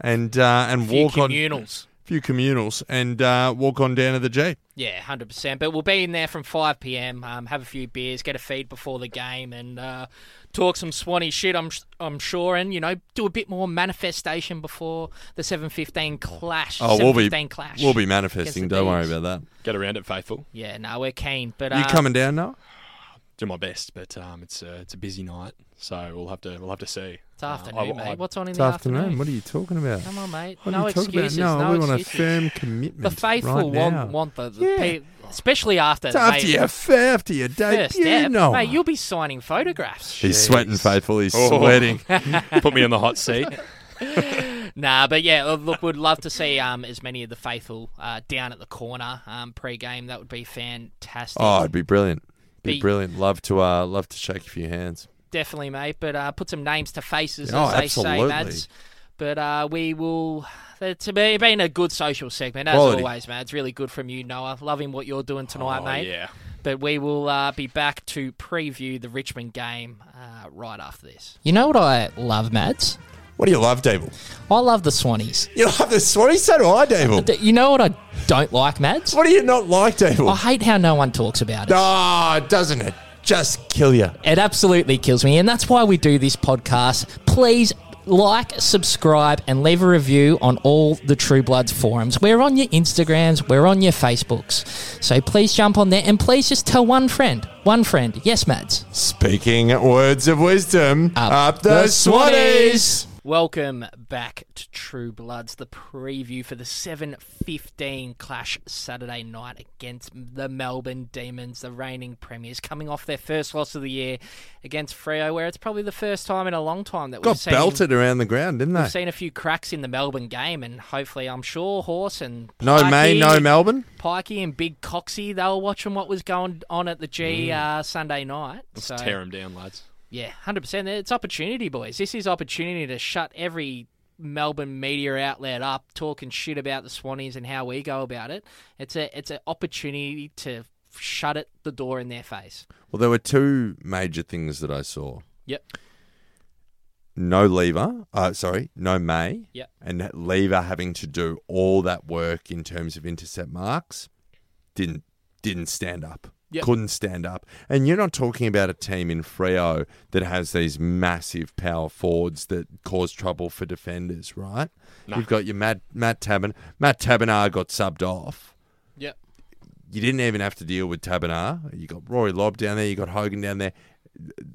[SPEAKER 2] and uh, and
[SPEAKER 4] Few
[SPEAKER 2] walk on
[SPEAKER 4] communals.
[SPEAKER 2] few communals, and uh, walk on down to the G.
[SPEAKER 4] Yeah, hundred percent. But we'll be in there from five pm. Um, have a few beers, get a feed before the game, and uh, talk some Swanee shit. I'm I'm sure, and you know, do a bit more manifestation before the seven fifteen clash.
[SPEAKER 2] Oh, we'll be
[SPEAKER 4] 7:15 clash.
[SPEAKER 2] we'll be
[SPEAKER 4] against
[SPEAKER 2] manifesting.
[SPEAKER 4] the
[SPEAKER 2] Don't worry
[SPEAKER 4] Bees.
[SPEAKER 2] about that.
[SPEAKER 3] Get around it, faithful.
[SPEAKER 4] Yeah, no, we're keen. But
[SPEAKER 2] you
[SPEAKER 4] uh,
[SPEAKER 2] coming down now?
[SPEAKER 3] Do my best, but um, it's uh, it's a busy night, so we'll have to we'll have to see. Uh, It's
[SPEAKER 4] afternoon, mate. What's on in
[SPEAKER 2] Oh, It's
[SPEAKER 4] the
[SPEAKER 2] afternoon.
[SPEAKER 4] afternoon?
[SPEAKER 2] What are you talking about?
[SPEAKER 4] Come on, mate.
[SPEAKER 2] What are
[SPEAKER 4] no
[SPEAKER 2] you talking about?
[SPEAKER 4] excuses.
[SPEAKER 2] No,
[SPEAKER 4] No,
[SPEAKER 2] we want a
[SPEAKER 4] excuses.
[SPEAKER 2] firm commitment
[SPEAKER 4] The faithful
[SPEAKER 2] right now.
[SPEAKER 4] want, want the, the pe- especially after
[SPEAKER 2] It's after
[SPEAKER 4] mate,
[SPEAKER 2] your f- after your
[SPEAKER 4] first
[SPEAKER 2] debut,
[SPEAKER 4] step.
[SPEAKER 2] Noah.
[SPEAKER 4] mate. You'll be signing photographs.
[SPEAKER 2] He's sweating, faithful. He's sweating.
[SPEAKER 3] Oh. Put me in the hot seat.
[SPEAKER 4] nah, but yeah, uh, look, would love to see um, as many of the faithful uh, down at the corner um, pre-game. That would be fantastic.
[SPEAKER 2] Oh, it'd be brilliant. Be,
[SPEAKER 4] Be-
[SPEAKER 2] brilliant. Love to uh, love to shake a few hands.
[SPEAKER 4] Definitely, mate. But uh, put some names to faces,
[SPEAKER 2] Oh,
[SPEAKER 4] as they
[SPEAKER 2] absolutely.
[SPEAKER 4] say, Mads. But uh, we will. It's been it's been a good social segment, as
[SPEAKER 2] Quality.
[SPEAKER 4] always, Mads. Really good from you, Noah. Loving what you're doing tonight,
[SPEAKER 3] Oh,
[SPEAKER 4] mate.
[SPEAKER 3] yeah.
[SPEAKER 4] But we will uh, be back to preview the Richmond game uh, right after this.
[SPEAKER 1] You know what I love, Mads?
[SPEAKER 2] What do you love, Dable?
[SPEAKER 1] I love the Swannies.
[SPEAKER 2] You love the Swannies? So do I, Dable.
[SPEAKER 1] You know what I don't like, Mads?
[SPEAKER 2] What do you not like, Dable?
[SPEAKER 1] I hate how no one talks about it.
[SPEAKER 2] Ah, doesn't it just kill you?
[SPEAKER 1] It absolutely kills me. And that's why we do this podcast. Please like, subscribe, and leave a review on all the True Bloods forums. We're on your Instagrams, we're on your Facebooks. So please jump on there and please just tell one friend. One friend. Yes, Mads.
[SPEAKER 2] Speaking words of wisdom, up, the Swannies.
[SPEAKER 4] Welcome back to True Bloods, the preview for the 7:15 clash Saturday night against the Melbourne Demons, the reigning premiers, coming off their first loss of the year against Freo, where it's probably the first time in a long time that we've
[SPEAKER 2] Got
[SPEAKER 4] seen
[SPEAKER 2] belted around the ground, didn't they?
[SPEAKER 4] We've seen a few cracks in the Melbourne game, and hopefully, I'm sure Horse and
[SPEAKER 2] No May, no Melbourne?
[SPEAKER 4] Pikey and Big Coxie, they were watching what was going on at the G
[SPEAKER 2] Mm.
[SPEAKER 4] uh, Sunday night.
[SPEAKER 3] Let's
[SPEAKER 4] so.
[SPEAKER 3] tear him down, lads.
[SPEAKER 4] Yeah, hundred percent. It's opportunity, boys. This is opportunity to shut every Melbourne media outlet up talking shit about the Swannies and how we go about it. It's a it's an opportunity to shut it the door in their face.
[SPEAKER 2] Well, there were two major things that I saw.
[SPEAKER 4] Yep.
[SPEAKER 2] No lever, uh, sorry, no May.
[SPEAKER 4] Yep.
[SPEAKER 2] And lever having to do all that work in terms of intercept marks didn't didn't stand up.
[SPEAKER 15] Yep.
[SPEAKER 2] Couldn't stand up. And you're not talking about a team in Freo that has these massive power forwards that cause trouble for defenders, right?
[SPEAKER 15] No.
[SPEAKER 2] You've got your Matt Matt Tabern. Matt Tabernar got subbed off.
[SPEAKER 4] Yep.
[SPEAKER 2] You didn't even have to deal with Tabernar. You got Rory Lobb down there. You got Hogan down there.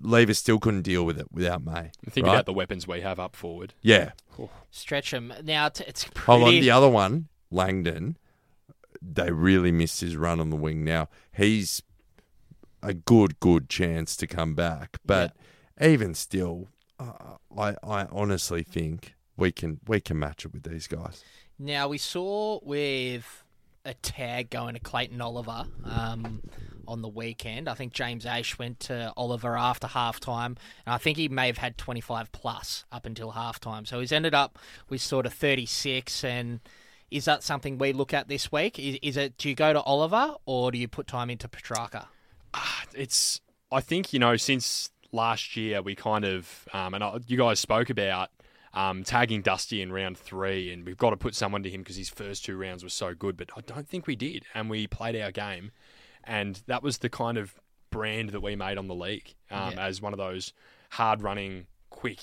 [SPEAKER 2] Lever still couldn't deal with it without May.
[SPEAKER 3] Think
[SPEAKER 2] right?
[SPEAKER 3] about the weapons we have up forward.
[SPEAKER 2] Yeah.
[SPEAKER 4] Stretch them now. T- it's pretty.
[SPEAKER 2] Hold on. The other one, Langdon, they really missed his run on the wing now. He's a good, good chance to come back. But even still, uh, I, I honestly think we can we can match it with these guys.
[SPEAKER 4] Now we saw with a tag going to Clayton Oliver um, on the weekend. I think James Ash went to Oliver after halftime, and I think he may have had 25 plus up until halftime. So he's ended up with sort of 36, and Is that something we look at this week? Is, is it do you go to Oliver or do you put time into Petrarca?
[SPEAKER 3] it's I think you know since last year we kind of um, and I, you guys spoke about um, tagging Dusty in round three, and we've got to put someone to him because his first two rounds were so good. But I don't think we did, and we played our game, and that was the kind of brand that we made on the league um,
[SPEAKER 15] Yeah.
[SPEAKER 3] as one of those hard running, quick,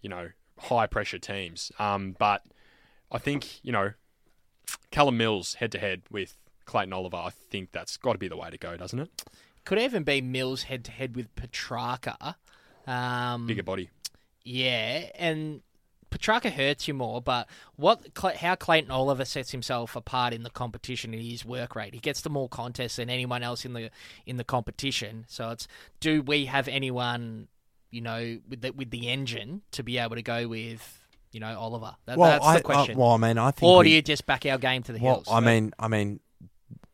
[SPEAKER 3] you know, high pressure teams. Um, but I think you know Callum Mills head to head with Clayton Oliver. I think that's got to be the way to go, doesn't it?
[SPEAKER 4] Could even be Mills head to head with Petrarca. Um,
[SPEAKER 3] Bigger body.
[SPEAKER 4] Yeah, and Petrarca hurts you more, but what Cl- how Clayton Oliver sets himself apart in the competition is his work rate. He gets to more contests than anyone else in the in the competition. So it's do we have anyone, you know, with the, with the engine to be able to go with, you know, Oliver? That,
[SPEAKER 2] Well,
[SPEAKER 4] that's
[SPEAKER 2] I- I-
[SPEAKER 4] the question.
[SPEAKER 2] well, I mean, I think
[SPEAKER 4] or do
[SPEAKER 2] we-
[SPEAKER 4] you just back our game to the
[SPEAKER 2] well,
[SPEAKER 4] hills?
[SPEAKER 2] I mean, I mean,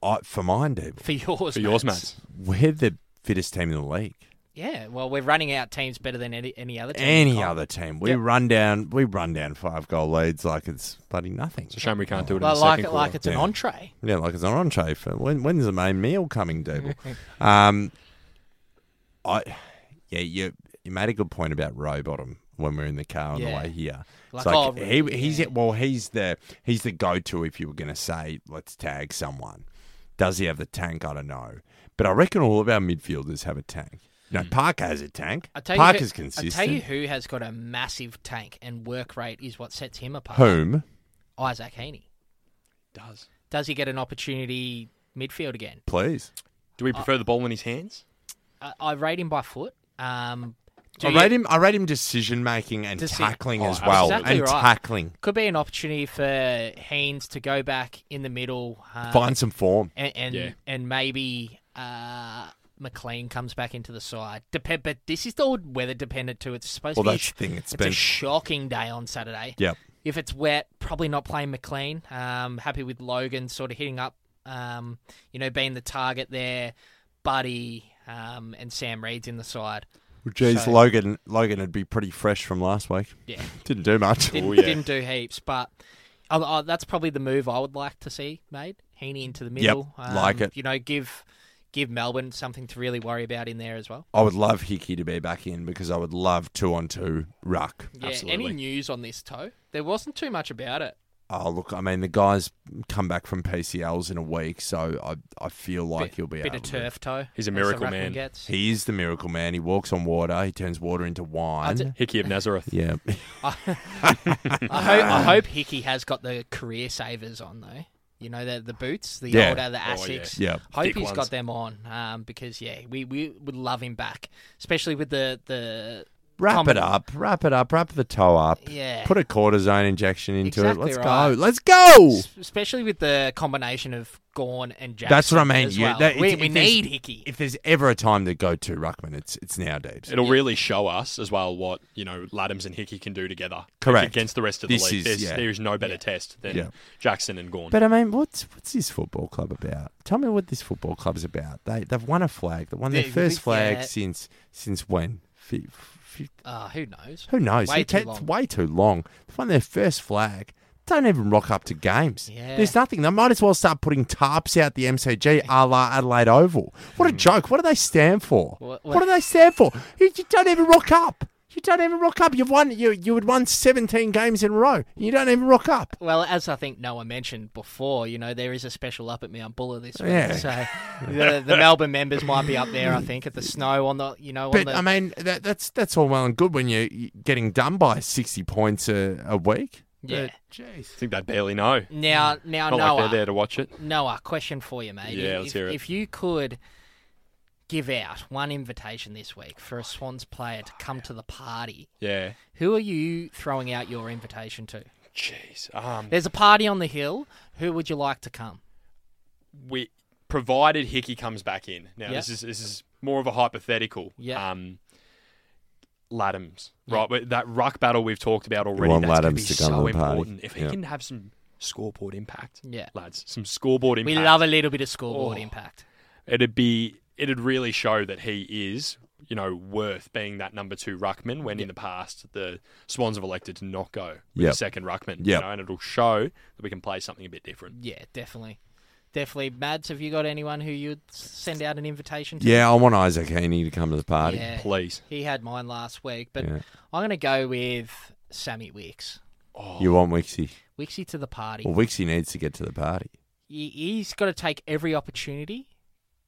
[SPEAKER 2] I, for mine, Dave.
[SPEAKER 4] For yours, For yours, mates.
[SPEAKER 2] We're the fittest team in the league.
[SPEAKER 4] yeah. Well, we're running out teams better than any, any other team.
[SPEAKER 2] Any
[SPEAKER 4] Col.
[SPEAKER 2] other team, we
[SPEAKER 4] Yep.
[SPEAKER 2] run down. We run down five goal leads like it's bloody nothing. It's
[SPEAKER 3] a shame we can't do it in
[SPEAKER 4] Well, the like second it- like quarter. it's an entree.
[SPEAKER 2] Yeah, like it's an entree for when. When's the main meal coming, Dable? um, I, yeah, you you made a good point about Rowbottom when we are in the car on
[SPEAKER 15] Yeah.
[SPEAKER 2] the way here.
[SPEAKER 15] Like,
[SPEAKER 2] it's like
[SPEAKER 15] oh,
[SPEAKER 2] he,
[SPEAKER 15] really?
[SPEAKER 2] he's well, he's the he's the go to if you were going to say let's tag someone. Does he have the tank? I don't know, but I reckon all of our midfielders have a tank. No, Parker has a tank.
[SPEAKER 4] Hmm. I tell you,
[SPEAKER 2] Parker's
[SPEAKER 4] who-
[SPEAKER 2] consistent.
[SPEAKER 4] I tell you who has got a massive tank and work rate is what sets him apart.
[SPEAKER 2] Whom?
[SPEAKER 4] Isaac Heaney.
[SPEAKER 3] Does.
[SPEAKER 4] Does he get an opportunity midfield again?
[SPEAKER 2] Please.
[SPEAKER 3] Do we prefer the ball in his hands?
[SPEAKER 4] I, I rate him by foot. Um, do
[SPEAKER 2] I
[SPEAKER 4] you-
[SPEAKER 2] rate him. I rate him decision making and
[SPEAKER 4] does he-
[SPEAKER 2] tackling
[SPEAKER 4] Oh,
[SPEAKER 2] as well,
[SPEAKER 4] exactly
[SPEAKER 2] and
[SPEAKER 4] right.
[SPEAKER 2] tackling.
[SPEAKER 4] could be an opportunity for Haynes to go back in the middle, um,
[SPEAKER 2] Find some form.
[SPEAKER 4] and and,
[SPEAKER 2] Yeah.
[SPEAKER 4] and maybe uh, McLean comes back into the side. Dep- but this is all weather dependent too. It's supposed
[SPEAKER 2] Well,
[SPEAKER 4] to be
[SPEAKER 2] that's
[SPEAKER 4] a, sh-
[SPEAKER 2] the thing, it's
[SPEAKER 4] it's a
[SPEAKER 2] been-
[SPEAKER 4] shocking day on Saturday.
[SPEAKER 2] Yep.
[SPEAKER 4] If it's wet, probably not playing McLean. Um, happy with Logan sort of hitting up, um, you know, being the target there. Buddy um, and Sam Reed's in the side.
[SPEAKER 2] Geez, Logan. Logan would be pretty fresh from last week.
[SPEAKER 4] Yeah.
[SPEAKER 2] didn't do much.
[SPEAKER 3] Oh,
[SPEAKER 2] Oh,
[SPEAKER 4] Didn't, didn't do heaps, but oh, oh, that's probably the move I would like to see made. Heaney into the middle. Um,
[SPEAKER 2] like it.
[SPEAKER 4] You know, give give Melbourne something to really worry about in there as well.
[SPEAKER 2] I would love Hickey to be back in because I would love two on two ruck.
[SPEAKER 4] Yeah. Any news on this toe? There wasn't too much about it.
[SPEAKER 2] Oh look, I mean the guys come back from PCLs in a week, so I I feel like
[SPEAKER 4] Bit-
[SPEAKER 2] he'll be
[SPEAKER 4] bit of
[SPEAKER 2] able to-
[SPEAKER 4] turf toe, He's a as the miracle ruckman man. gets.
[SPEAKER 2] He is the miracle man. He walks on water. He turns water into wine.
[SPEAKER 4] d-
[SPEAKER 3] Hickey of Nazareth.
[SPEAKER 2] Yeah.
[SPEAKER 4] I, I hope,
[SPEAKER 2] Um,
[SPEAKER 4] I hope Hickey has got the career savers on though. You know the the boots, the
[SPEAKER 2] Yeah.
[SPEAKER 4] older, the
[SPEAKER 2] Oh, yeah.
[SPEAKER 4] Asics.
[SPEAKER 2] Yeah.
[SPEAKER 4] Hope
[SPEAKER 2] Thick
[SPEAKER 4] he's
[SPEAKER 2] ones.
[SPEAKER 4] got them on, um, because yeah, we, we would love him back, especially with the the
[SPEAKER 2] Wrap
[SPEAKER 4] common-
[SPEAKER 2] it up, wrap it up, wrap the toe up.
[SPEAKER 4] Yeah.
[SPEAKER 2] Put a cortisone injection into
[SPEAKER 4] Exactly
[SPEAKER 2] it. Let's go.
[SPEAKER 4] right.
[SPEAKER 2] Let's go.
[SPEAKER 4] S- especially with the combination of Gorn and Jackson.
[SPEAKER 2] That's what I mean.
[SPEAKER 4] as
[SPEAKER 2] You-
[SPEAKER 4] well.
[SPEAKER 2] that-
[SPEAKER 4] we
[SPEAKER 2] if-
[SPEAKER 4] we
[SPEAKER 2] if there's-
[SPEAKER 4] need Hickey.
[SPEAKER 2] If there's ever a time to go to Ruckman, it's it's now, Debs.
[SPEAKER 3] It'll really show us as well what you know Laddams and Hickey can do together. Like,
[SPEAKER 2] Correct.
[SPEAKER 3] against the rest of the
[SPEAKER 2] This
[SPEAKER 3] league.
[SPEAKER 2] is-
[SPEAKER 3] There's-
[SPEAKER 2] yeah.
[SPEAKER 3] There is no better test than
[SPEAKER 2] Yeah.
[SPEAKER 3] Jackson and Gorn.
[SPEAKER 2] But um, I mean, what's what's this football club about? Tell me what this football club's about. They they've won a flag. They won their
[SPEAKER 4] They-
[SPEAKER 2] first
[SPEAKER 4] yeah.
[SPEAKER 2] flag since since when? Fi- fi-
[SPEAKER 4] Uh, who knows?
[SPEAKER 2] Who knows?
[SPEAKER 4] Way
[SPEAKER 2] It
[SPEAKER 4] too
[SPEAKER 2] takes
[SPEAKER 4] long.
[SPEAKER 2] way too long. They've won their first flag. Don't even rock up to games.
[SPEAKER 4] Yeah.
[SPEAKER 2] There's nothing. They might as well start putting tarps out the MCG a la Adelaide Oval. What
[SPEAKER 4] Hmm.
[SPEAKER 2] a joke. What do they stand for?
[SPEAKER 15] What-
[SPEAKER 2] What,
[SPEAKER 15] what-
[SPEAKER 2] do they stand for? You, you don't even rock up. You don't even rock up. You've won. You you had won 17 games in a row. You don't even rock up.
[SPEAKER 4] Well, as I think Noah mentioned before, you know there is a special up at Mount Buller this week,
[SPEAKER 2] Yeah.
[SPEAKER 4] so the, the Melbourne members might be up there. I think at the snow on the you know.
[SPEAKER 2] But
[SPEAKER 4] on the,
[SPEAKER 2] I mean, that, that's that's all well and good when you're getting done by 60 points a, a week.
[SPEAKER 4] yeah.
[SPEAKER 3] I think they barely know.
[SPEAKER 4] Now, now,
[SPEAKER 3] Not
[SPEAKER 4] Noah.
[SPEAKER 3] like they're there to watch it.
[SPEAKER 4] Noah, question for you, mate.
[SPEAKER 3] Yeah,
[SPEAKER 4] if,
[SPEAKER 3] let's hear it.
[SPEAKER 4] If you could give out one invitation this week for a Swans player to come to the party,
[SPEAKER 3] Yeah.
[SPEAKER 4] who are you throwing out your invitation to?
[SPEAKER 3] Jeez. Um,
[SPEAKER 4] There's a party on the hill. Who would you like to come?
[SPEAKER 3] we provided Hickey comes back in. Now
[SPEAKER 4] Yeah.
[SPEAKER 3] this is this is more of a hypothetical.
[SPEAKER 4] Yeah.
[SPEAKER 3] Um, Laddams, right? but That ruck battle we've talked about already.
[SPEAKER 2] want
[SPEAKER 3] That's gonna
[SPEAKER 2] Laddams
[SPEAKER 3] be
[SPEAKER 2] to come to
[SPEAKER 3] so
[SPEAKER 2] the party.
[SPEAKER 3] important. If he
[SPEAKER 2] Yeah.
[SPEAKER 3] can have some scoreboard impact,
[SPEAKER 4] Yeah.
[SPEAKER 3] lads, some scoreboard
[SPEAKER 4] We
[SPEAKER 3] impact.
[SPEAKER 4] love a little bit of scoreboard
[SPEAKER 3] Oh.
[SPEAKER 4] impact.
[SPEAKER 3] It'd be it'd really show that he is you know, worth being that number two ruckman when in the past the Swans have elected to not go with
[SPEAKER 2] Yep.
[SPEAKER 3] a second ruckman. You
[SPEAKER 2] Yep.
[SPEAKER 3] know, and it'll show that we can play something a bit different.
[SPEAKER 4] Yeah, definitely. Definitely. Mads, have you got anyone who you'd s- send out an invitation to?
[SPEAKER 2] Yeah, I want Isaac Heaney to come to the party.
[SPEAKER 4] Yeah. He had mine last week, but
[SPEAKER 2] Yeah.
[SPEAKER 4] I'm going to go with Sammy Wicks.
[SPEAKER 2] You want Wixie?
[SPEAKER 4] Wixie to the party.
[SPEAKER 2] Well, Wixie needs to get to the party.
[SPEAKER 4] he, he's got to take every opportunity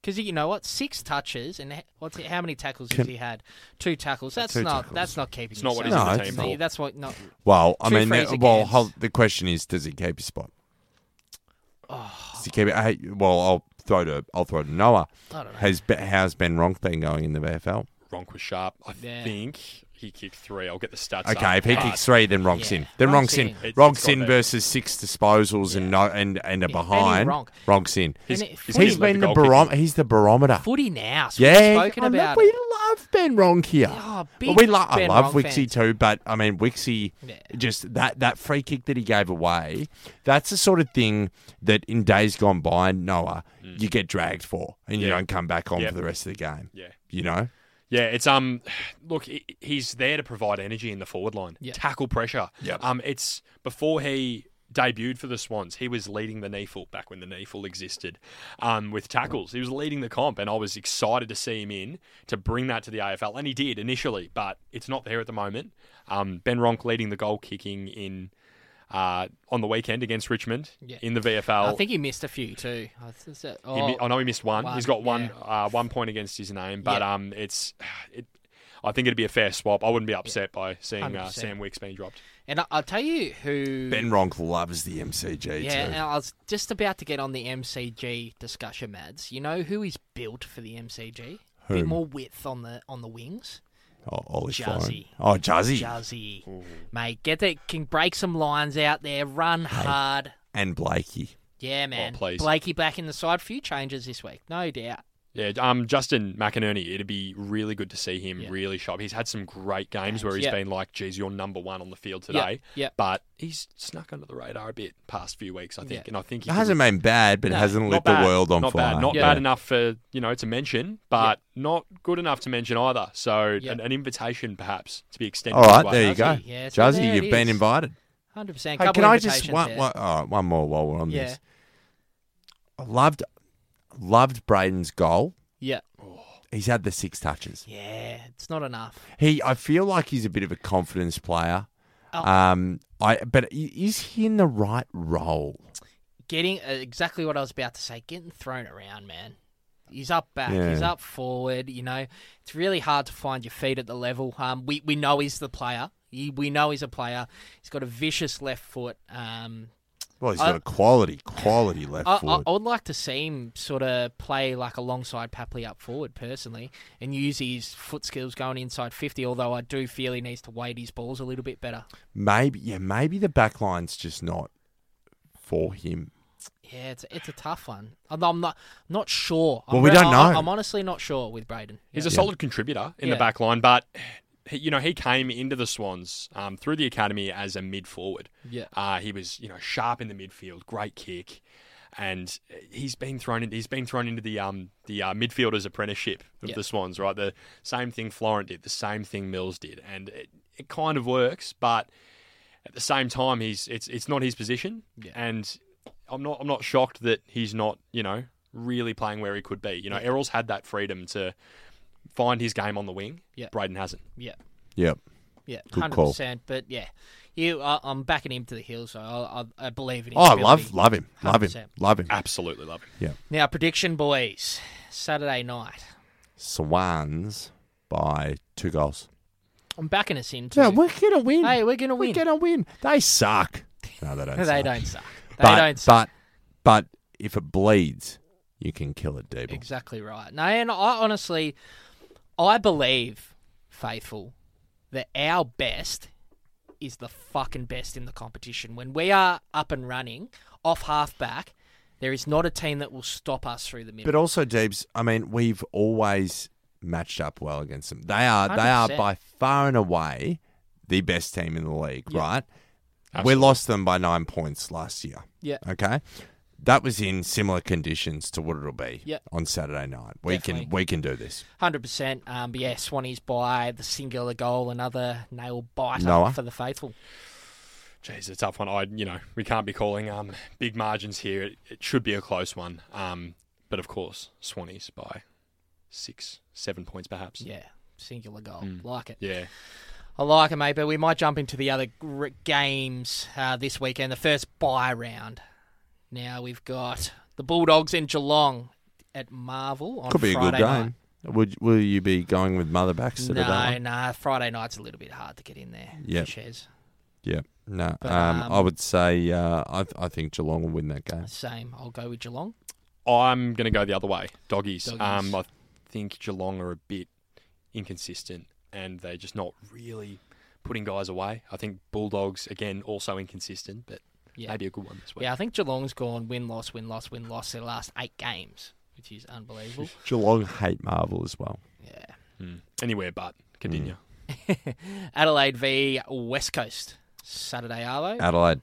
[SPEAKER 4] because you know what, six touches and h- what's he- how many tackles has he had? Two tackles. That's
[SPEAKER 2] Two
[SPEAKER 4] not
[SPEAKER 2] tackles.
[SPEAKER 4] that's not keeping.
[SPEAKER 3] It's not what
[SPEAKER 4] himself.
[SPEAKER 2] he's in the No, team it's for. not.
[SPEAKER 4] That's what not.
[SPEAKER 2] Well, I
[SPEAKER 4] Two
[SPEAKER 2] mean, uh,
[SPEAKER 4] frees
[SPEAKER 2] well,
[SPEAKER 4] against.
[SPEAKER 2] hold, the question is, does he keep his spot? Does he keep it? Hey, well, I'll throw to I'll throw to Noah.
[SPEAKER 3] I don't know.
[SPEAKER 2] Has Be- how's Ben Ronk been going in the VFL?
[SPEAKER 3] Ronk was sharp. I
[SPEAKER 4] Yeah.
[SPEAKER 3] think he kicked three. I'll get the stats.
[SPEAKER 2] okay,
[SPEAKER 3] up,
[SPEAKER 2] if he
[SPEAKER 3] but-
[SPEAKER 2] kicks three, then Ronk's in. Then Ronk's, in.
[SPEAKER 3] It's- it's
[SPEAKER 2] Ronk's
[SPEAKER 3] got
[SPEAKER 2] in
[SPEAKER 3] that.
[SPEAKER 2] versus six disposals and no and and a behind.
[SPEAKER 4] Ronk.
[SPEAKER 2] Ronk's in. He's,
[SPEAKER 4] He's- And it-
[SPEAKER 2] he's
[SPEAKER 4] footy-
[SPEAKER 2] been the
[SPEAKER 4] Goal kicking.
[SPEAKER 2] barom- He's the barometer.
[SPEAKER 4] Footy now. so we've
[SPEAKER 2] Yeah,
[SPEAKER 4] spoken
[SPEAKER 2] I love-
[SPEAKER 4] about.
[SPEAKER 2] we
[SPEAKER 4] it.
[SPEAKER 2] love Ben Ronk here.
[SPEAKER 4] Oh,
[SPEAKER 2] But
[SPEAKER 4] big
[SPEAKER 2] we lo- I
[SPEAKER 4] Ben
[SPEAKER 2] love
[SPEAKER 4] Ronk
[SPEAKER 2] Wixie
[SPEAKER 4] fans.
[SPEAKER 2] too, but I mean Wixie, just that that free kick that he gave away, that's the sort of thing that in days gone by, Noah, you get dragged for, and you
[SPEAKER 3] Mm. Yeah.
[SPEAKER 2] don't come back on
[SPEAKER 3] Yep.
[SPEAKER 2] for the rest of the game.
[SPEAKER 3] Yeah.
[SPEAKER 2] you know.
[SPEAKER 3] Yeah, it's um, look, he- he's there to provide energy in the forward line,
[SPEAKER 2] Yeah.
[SPEAKER 3] tackle pressure.
[SPEAKER 2] Yep.
[SPEAKER 3] Um, it's before he debuted for the Swans, he was leading the knee full back when the knee full existed, um, with tackles. He was leading the comp, and I was excited to see him in to bring that to the AFL, and he did initially, but it's not there at the moment. Um, Ben Ronk leading the goal kicking in. Uh, on the weekend against Richmond
[SPEAKER 4] Yeah.
[SPEAKER 3] in the VFL,
[SPEAKER 4] I think he missed a few too. I th- is that-
[SPEAKER 3] he mi-
[SPEAKER 4] oh,
[SPEAKER 3] I know he missed one. He's got one
[SPEAKER 4] yeah.
[SPEAKER 3] uh, one point against his name, but
[SPEAKER 4] Yeah.
[SPEAKER 3] um, it's it. I think it'd be a fair swap. I wouldn't be upset by seeing uh,
[SPEAKER 4] 100%.
[SPEAKER 3] Sam Wicks being dropped.
[SPEAKER 4] And I, I'll tell you who.
[SPEAKER 2] Ben Ronk loves the MCG
[SPEAKER 4] Yeah, and
[SPEAKER 2] too.
[SPEAKER 4] I was just about to get on the MCG discussion, Mads. You know who is built for the MCG? A
[SPEAKER 2] Whom?
[SPEAKER 4] bit more width on the on the wings.
[SPEAKER 2] Oh, Ollie's fine.
[SPEAKER 4] Jazzy.
[SPEAKER 2] Oh, Jazzy.
[SPEAKER 4] Jazzy. Mate, get that. Can break some lines out there. Run hard.
[SPEAKER 2] and Blakey.
[SPEAKER 4] Yeah, man.
[SPEAKER 3] please.
[SPEAKER 4] Blakey back in the side. Few changes this week, no doubt.
[SPEAKER 3] Yeah, um, Justin McInerney. It'd be really good to see him really sharp. He's had some great games where he's
[SPEAKER 4] Yep.
[SPEAKER 3] been like, "Geez, you're number one on the field
[SPEAKER 4] Yep,
[SPEAKER 3] today."
[SPEAKER 4] yep.
[SPEAKER 3] But he's snuck under the radar a bit past few weeks, I think,
[SPEAKER 4] Yeah.
[SPEAKER 3] and I think he
[SPEAKER 2] It hasn't been bad, but it hasn't lit
[SPEAKER 3] Not bad,
[SPEAKER 2] the world on
[SPEAKER 3] not
[SPEAKER 2] fire.
[SPEAKER 3] Bad, not
[SPEAKER 2] Yeah.
[SPEAKER 3] bad enough for you know to mention, but not good enough to mention either. So an, an invitation perhaps to be extended.
[SPEAKER 2] All
[SPEAKER 3] to
[SPEAKER 2] right,
[SPEAKER 3] us.
[SPEAKER 2] there you go.
[SPEAKER 4] yeah, so
[SPEAKER 2] Jazzy,
[SPEAKER 4] there it
[SPEAKER 2] you've been
[SPEAKER 4] is.
[SPEAKER 2] invited.
[SPEAKER 4] Hundred percent.
[SPEAKER 2] Hey,
[SPEAKER 4] Couple
[SPEAKER 2] can I just
[SPEAKER 4] invitations
[SPEAKER 2] one,
[SPEAKER 4] there.
[SPEAKER 2] one, Uh, all right, one more while we're on
[SPEAKER 4] Yeah.
[SPEAKER 2] this? I loved loved Braden's goal. Oh.
[SPEAKER 4] Yeah.
[SPEAKER 2] He's had the six touches.
[SPEAKER 4] Yeah, it's not enough.
[SPEAKER 2] He, I feel like he's a bit of a confidence player.
[SPEAKER 4] Oh.
[SPEAKER 2] Um, I but i- is he in the right role?
[SPEAKER 4] Getting uh, exactly what I was about to say. Getting thrown around, man. He's up back.
[SPEAKER 2] Yeah.
[SPEAKER 4] He's up forward. You know, it's really hard to find your feet at the level. Um, we we know he's the player. He, we know he's a player. He's got a vicious left foot. Um,
[SPEAKER 2] Well, he's
[SPEAKER 4] I-
[SPEAKER 2] got a quality, quality left
[SPEAKER 4] I, I,
[SPEAKER 2] foot.
[SPEAKER 4] I would like to see him sort of play like alongside Papley up forward personally, and use his foot skills going inside fifty. Although I do feel he needs to weight his balls a little bit better.
[SPEAKER 2] maybe, yeah, maybe the back line's just not for him.
[SPEAKER 4] Yeah, it's it's a tough one. I'm I'm not not sure. I'm
[SPEAKER 2] Well, we
[SPEAKER 4] re-
[SPEAKER 2] don't
[SPEAKER 4] I'm-
[SPEAKER 2] know.
[SPEAKER 4] I'm honestly not sure with Braden.
[SPEAKER 3] He's
[SPEAKER 4] Yeah.
[SPEAKER 3] a solid contributor in
[SPEAKER 4] Yeah.
[SPEAKER 3] the back line, but he, you know he came into the Swans um, through the academy as a mid forward.
[SPEAKER 4] Yeah.
[SPEAKER 3] uh, he was you know sharp in the midfield, great kick, and he's been thrown in, he's been thrown into the um the uh, midfielders apprenticeship of
[SPEAKER 4] Yeah.
[SPEAKER 3] the Swans. Right, the same thing Florent did, the same thing Mills did, and it, it kind of works, but at the same time he's it's it's not his position, and I'm not I'm not shocked that he's not you know really playing where he could be. You know, Errol's had that freedom to find his game on the wing.
[SPEAKER 4] Yeah.
[SPEAKER 3] Braden hasn't.
[SPEAKER 4] Yeah,
[SPEAKER 2] Yep.
[SPEAKER 4] yeah,
[SPEAKER 2] Good
[SPEAKER 4] hundred
[SPEAKER 2] call.
[SPEAKER 4] percent. But yeah, you, I, I'm backing him to the hill, so I, I, I believe in his
[SPEAKER 2] Oh, I
[SPEAKER 4] ability.
[SPEAKER 2] love, love him, love him,
[SPEAKER 4] 100%.
[SPEAKER 2] love him.
[SPEAKER 3] Absolutely love him.
[SPEAKER 2] Yeah.
[SPEAKER 4] Now prediction, boys. Saturday night.
[SPEAKER 2] Swans by two goals.
[SPEAKER 4] I'm backing us in. Too.
[SPEAKER 2] Yeah, we're gonna win.
[SPEAKER 4] Hey, we're gonna
[SPEAKER 2] We're
[SPEAKER 4] win.
[SPEAKER 2] gonna win. They suck. No, they don't.
[SPEAKER 4] They
[SPEAKER 2] suck.
[SPEAKER 4] don't suck. They
[SPEAKER 2] but,
[SPEAKER 4] don't suck.
[SPEAKER 2] But but if it bleeds, you can kill it, Debo.
[SPEAKER 4] Exactly right. No, and I honestly, I believe, faithful, that our best is the fucking best in the competition. When we are up and running off half back, there is not a team that will stop us through the middle.
[SPEAKER 2] But also, Deebs, I mean, we've always matched up well against them. They are they are
[SPEAKER 4] 100%.
[SPEAKER 2] by far and away the best team in the league, right?
[SPEAKER 3] Absolutely.
[SPEAKER 2] We lost them by nine points last year.
[SPEAKER 4] Yeah.
[SPEAKER 2] Okay. that was in similar conditions to what it'll be
[SPEAKER 4] Yep.
[SPEAKER 2] on Saturday night. We
[SPEAKER 4] Definitely.
[SPEAKER 2] can we can do this.
[SPEAKER 4] Hundred percent. Um, but yeah, Swannies by the singular goal, another nail biter
[SPEAKER 2] Noah?
[SPEAKER 4] for the faithful.
[SPEAKER 3] Jeez, it's a tough one. I, you know, we can't be calling um big margins here. It, it should be a close one. Um, but of course, Swannies by six, seven points perhaps.
[SPEAKER 4] Yeah, singular goal.
[SPEAKER 2] Hmm.
[SPEAKER 3] Mm.
[SPEAKER 4] Like it.
[SPEAKER 3] Yeah.
[SPEAKER 4] I like it, mate. But we might jump into the other gr- games uh, this weekend. The first bye round. Now we've got the Bulldogs in Geelong at Marvel on
[SPEAKER 2] Could be
[SPEAKER 4] Friday
[SPEAKER 2] a good
[SPEAKER 4] night.
[SPEAKER 2] game. Would will you be going with Mother Baxter to that
[SPEAKER 4] No,
[SPEAKER 2] one?
[SPEAKER 4] no, Friday night's a little bit hard to get in there.
[SPEAKER 2] Yeah.
[SPEAKER 4] for Shez.
[SPEAKER 2] Yeah. No.
[SPEAKER 4] But,
[SPEAKER 2] um, I
[SPEAKER 4] um,
[SPEAKER 2] would say uh, I I think Geelong will win that game.
[SPEAKER 4] Same. I'll go with Geelong.
[SPEAKER 3] I'm going to go the other way. Doggies.
[SPEAKER 4] Doggies.
[SPEAKER 3] Um, I think Geelong are a bit inconsistent and they're just not really putting guys away. I think Bulldogs, again, also inconsistent, but
[SPEAKER 4] Yeah.
[SPEAKER 3] maybe a good one this week.
[SPEAKER 4] Yeah, I think Geelong's gone win loss win loss win loss their last eight games, which is unbelievable.
[SPEAKER 2] Geelong hate Marvel as well.
[SPEAKER 3] Mm. Anywhere but. Continue.
[SPEAKER 4] Adelaide v West Coast Saturday Arlo.
[SPEAKER 2] Adelaide.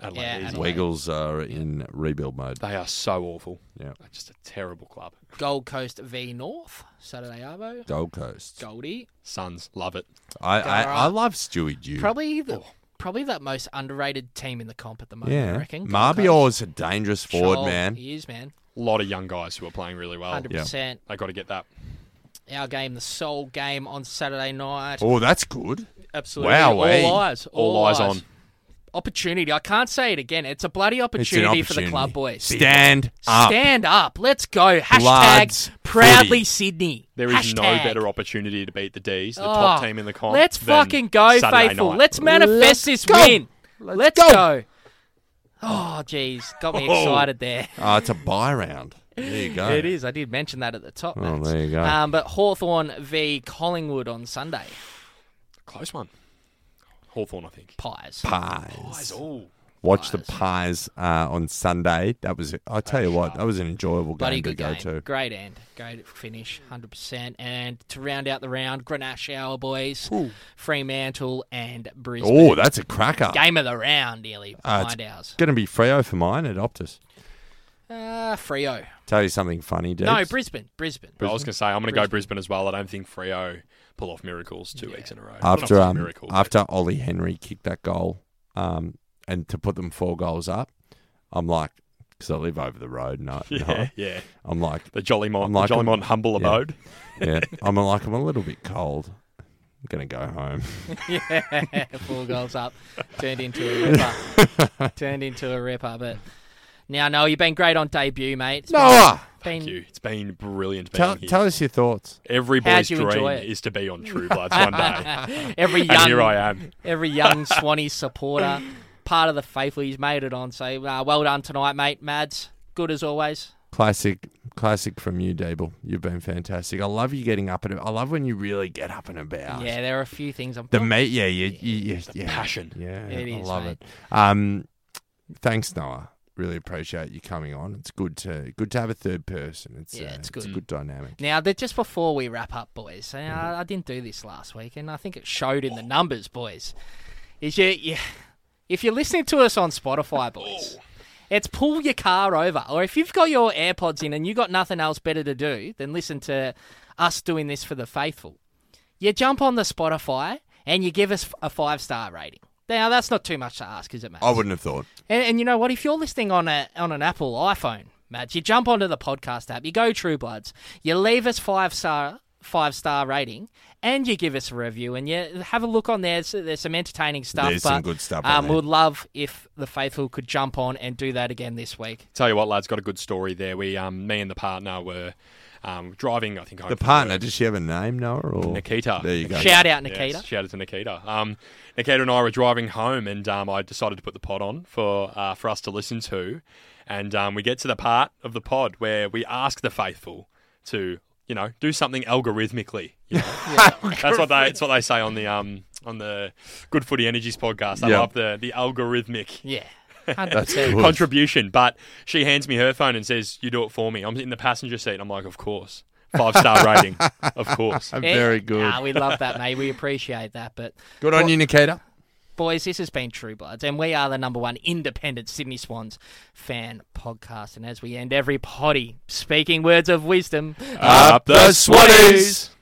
[SPEAKER 3] Adelaide,
[SPEAKER 4] Yeah,
[SPEAKER 3] easy.
[SPEAKER 4] Adelaide.
[SPEAKER 2] Wiggles are in rebuild mode.
[SPEAKER 3] They are so awful.
[SPEAKER 2] Yeah.
[SPEAKER 3] Just a terrible club.
[SPEAKER 4] Gold Coast v North Saturday Arvo.
[SPEAKER 2] Gold Coast.
[SPEAKER 4] Goldie.
[SPEAKER 3] Suns, love it.
[SPEAKER 2] I, I,
[SPEAKER 4] Gara.
[SPEAKER 2] I love Stewie Dew.
[SPEAKER 4] Probably the
[SPEAKER 3] Oh.
[SPEAKER 4] probably that most underrated team in the comp at the moment.
[SPEAKER 2] yeah.
[SPEAKER 4] I reckon.
[SPEAKER 2] Marbior is a dangerous forward,
[SPEAKER 4] Chol,
[SPEAKER 2] man.
[SPEAKER 4] He is man.
[SPEAKER 3] A lot of young guys who are playing really well.
[SPEAKER 4] 100%.
[SPEAKER 3] They got to get that.
[SPEAKER 4] Our game, the Soul game on Saturday night.
[SPEAKER 2] Oh, that's good.
[SPEAKER 4] Absolutely.
[SPEAKER 2] Wow,
[SPEAKER 4] all eyes. All,
[SPEAKER 3] All eyes on.
[SPEAKER 4] Opportunity. I can't say it again. It's a bloody opportunity, for the club
[SPEAKER 2] opportunity.
[SPEAKER 4] boys.
[SPEAKER 2] Stand up.
[SPEAKER 4] Stand up. Let's go. Hashtag
[SPEAKER 2] Bloods
[SPEAKER 4] proudly
[SPEAKER 3] footy.
[SPEAKER 4] Sydney.
[SPEAKER 3] There is no
[SPEAKER 4] Hashtag.
[SPEAKER 3] better opportunity to beat the D's, the top
[SPEAKER 4] Oh,
[SPEAKER 3] team in the comp.
[SPEAKER 4] Let's
[SPEAKER 3] than
[SPEAKER 4] fucking go,
[SPEAKER 3] Saturday
[SPEAKER 4] faithful.
[SPEAKER 3] night.
[SPEAKER 4] Let's manifest
[SPEAKER 3] Let's
[SPEAKER 4] this
[SPEAKER 3] go.
[SPEAKER 4] win. Let's,
[SPEAKER 3] go.
[SPEAKER 4] go. Oh, jeez. Got me
[SPEAKER 2] Oh.
[SPEAKER 4] excited there.
[SPEAKER 2] Oh, it's a buy round. There you go.
[SPEAKER 4] It is. I did mention that at the top.
[SPEAKER 2] Oh,
[SPEAKER 4] Max.
[SPEAKER 2] there you go.
[SPEAKER 4] Um, but Hawthorn v Collingwood on Sunday.
[SPEAKER 3] Close one. Hawthorn, I think.
[SPEAKER 4] Pies.
[SPEAKER 2] Pies.
[SPEAKER 3] Pies. Oh,
[SPEAKER 2] Watch the Pies uh, on Sunday. That was. I tell you what, that was an enjoyable
[SPEAKER 4] Bloody
[SPEAKER 2] game to
[SPEAKER 4] good
[SPEAKER 2] go
[SPEAKER 4] game.
[SPEAKER 2] to.
[SPEAKER 4] Great end. Great finish. 100%. And to round out the round, Grenache Hour Boys, Fremantle, and Brisbane.
[SPEAKER 2] Oh, that's a cracker.
[SPEAKER 4] Game of the round, nearly.
[SPEAKER 2] Uh,
[SPEAKER 4] Behind
[SPEAKER 2] it's
[SPEAKER 4] ours.
[SPEAKER 2] going to be Frio for mine at Optus.
[SPEAKER 4] Uh, Frio.
[SPEAKER 2] Tell you something funny, Debs.
[SPEAKER 4] No, Brisbane. Brisbane.
[SPEAKER 3] I was going to say, I'm going to go Brisbane as well. I don't think Frio pull off miracles two weeks in a row.
[SPEAKER 2] after
[SPEAKER 3] Not eh? a
[SPEAKER 2] um,
[SPEAKER 3] miracle.
[SPEAKER 2] after Ollie Henry kicked that goal, um, and to put them four goals up, I'm like, because I live over the road, no,
[SPEAKER 3] Yeah,
[SPEAKER 2] no,
[SPEAKER 3] yeah.
[SPEAKER 2] I'm like
[SPEAKER 3] The Jollymont-
[SPEAKER 2] I'm
[SPEAKER 3] the Jollymont humble
[SPEAKER 2] yeah,
[SPEAKER 3] abode.
[SPEAKER 2] yeah, I'm like I'm a little bit cold. I'm gonna go home.
[SPEAKER 4] yeah, four goals up, turned into a ripper. turned into a ripper, but now, Noah, you've been great on debut, mate. It's been-
[SPEAKER 2] Noah!
[SPEAKER 4] been,
[SPEAKER 3] Thank you. It's been brilliant being
[SPEAKER 2] tell
[SPEAKER 3] here.
[SPEAKER 2] tell us your thoughts.
[SPEAKER 3] Every
[SPEAKER 4] How'd
[SPEAKER 3] boy's
[SPEAKER 4] you
[SPEAKER 3] dream
[SPEAKER 4] enjoy it?
[SPEAKER 3] is to be on True Bloods one day.
[SPEAKER 4] every
[SPEAKER 3] And
[SPEAKER 4] young,
[SPEAKER 3] here I am.
[SPEAKER 4] Every young Swanee supporter, part of the faithful, he's made it on. So, uh, well done tonight, mate. Mads, good as always.
[SPEAKER 2] Classic, classic from you, Dable. You've been fantastic. I love you getting up and. I love when you really get up and about.
[SPEAKER 4] Yeah, there are a few things I'm.
[SPEAKER 2] The mate, yeah, you, you, you, yeah,
[SPEAKER 3] passion.
[SPEAKER 2] yeah,
[SPEAKER 4] It
[SPEAKER 2] I
[SPEAKER 4] is,
[SPEAKER 2] love
[SPEAKER 4] mate.
[SPEAKER 2] it. Um, thanks, Noah. Really appreciate you coming on. It's good to good to have a third person. It's
[SPEAKER 4] Yeah,
[SPEAKER 2] uh,
[SPEAKER 4] it's
[SPEAKER 2] a
[SPEAKER 4] good.
[SPEAKER 2] good dynamic.
[SPEAKER 4] Now, that just before we wrap up, boys, and I, I didn't do this last week, and I think it showed in the numbers, boys. Is you, you if you're listening to us on Spotify, boys, it's pull your car over, or if you've got your AirPods in and you got nothing else better to do than listen to us doing this for the faithful, you jump on the Spotify and you give us a five star rating. Now, that's not too much to ask, is it, mate?
[SPEAKER 2] I wouldn't have thought.
[SPEAKER 4] And, and you know what? If you're listening on a on an Apple iPhone, Mads, you jump onto the podcast app, you go True Bloods, you leave us five star five star rating, and you give us a review, and you have a look on there. So there's some entertaining stuff.
[SPEAKER 2] There's
[SPEAKER 4] but,
[SPEAKER 2] some good stuff on
[SPEAKER 4] Um,
[SPEAKER 2] there.
[SPEAKER 4] we'd love if the faithful could jump on and do that again this week.
[SPEAKER 3] Tell you what, lads, got a good story there. We, um, me and the partner were um, driving, I think, home
[SPEAKER 2] The
[SPEAKER 3] from
[SPEAKER 2] partner,
[SPEAKER 3] work.
[SPEAKER 2] does she have a name, Noah? Or
[SPEAKER 3] Nikita.
[SPEAKER 2] There you go.
[SPEAKER 4] Shout out, Nikita.
[SPEAKER 3] Yes, shout out to Nikita. Um, Nikita and I were driving home, and um, I decided to put the pod on for uh, for us to listen to. And um, we get to the part of the pod where we ask the faithful to, you know, do something algorithmically. You know? that's what they that's what they say on the um on the Good Footy Energies podcast. I
[SPEAKER 2] Yeah.
[SPEAKER 3] love the the algorithmic.
[SPEAKER 4] Yeah.
[SPEAKER 2] That's good.
[SPEAKER 3] contribution, but she hands me her phone and says, "You do it for me." I'm in the passenger seat. I'm like, "Of course, five star rating, of course."
[SPEAKER 2] Very good.
[SPEAKER 3] Eh,
[SPEAKER 4] Nah, we love that, mate. We appreciate that. But
[SPEAKER 2] Good on you, Nikita.
[SPEAKER 4] Boys, this has been True Bloods, and we are the number one independent Sydney Swans fan podcast. And as we end every potty, speaking words of wisdom
[SPEAKER 2] Up the Swannies!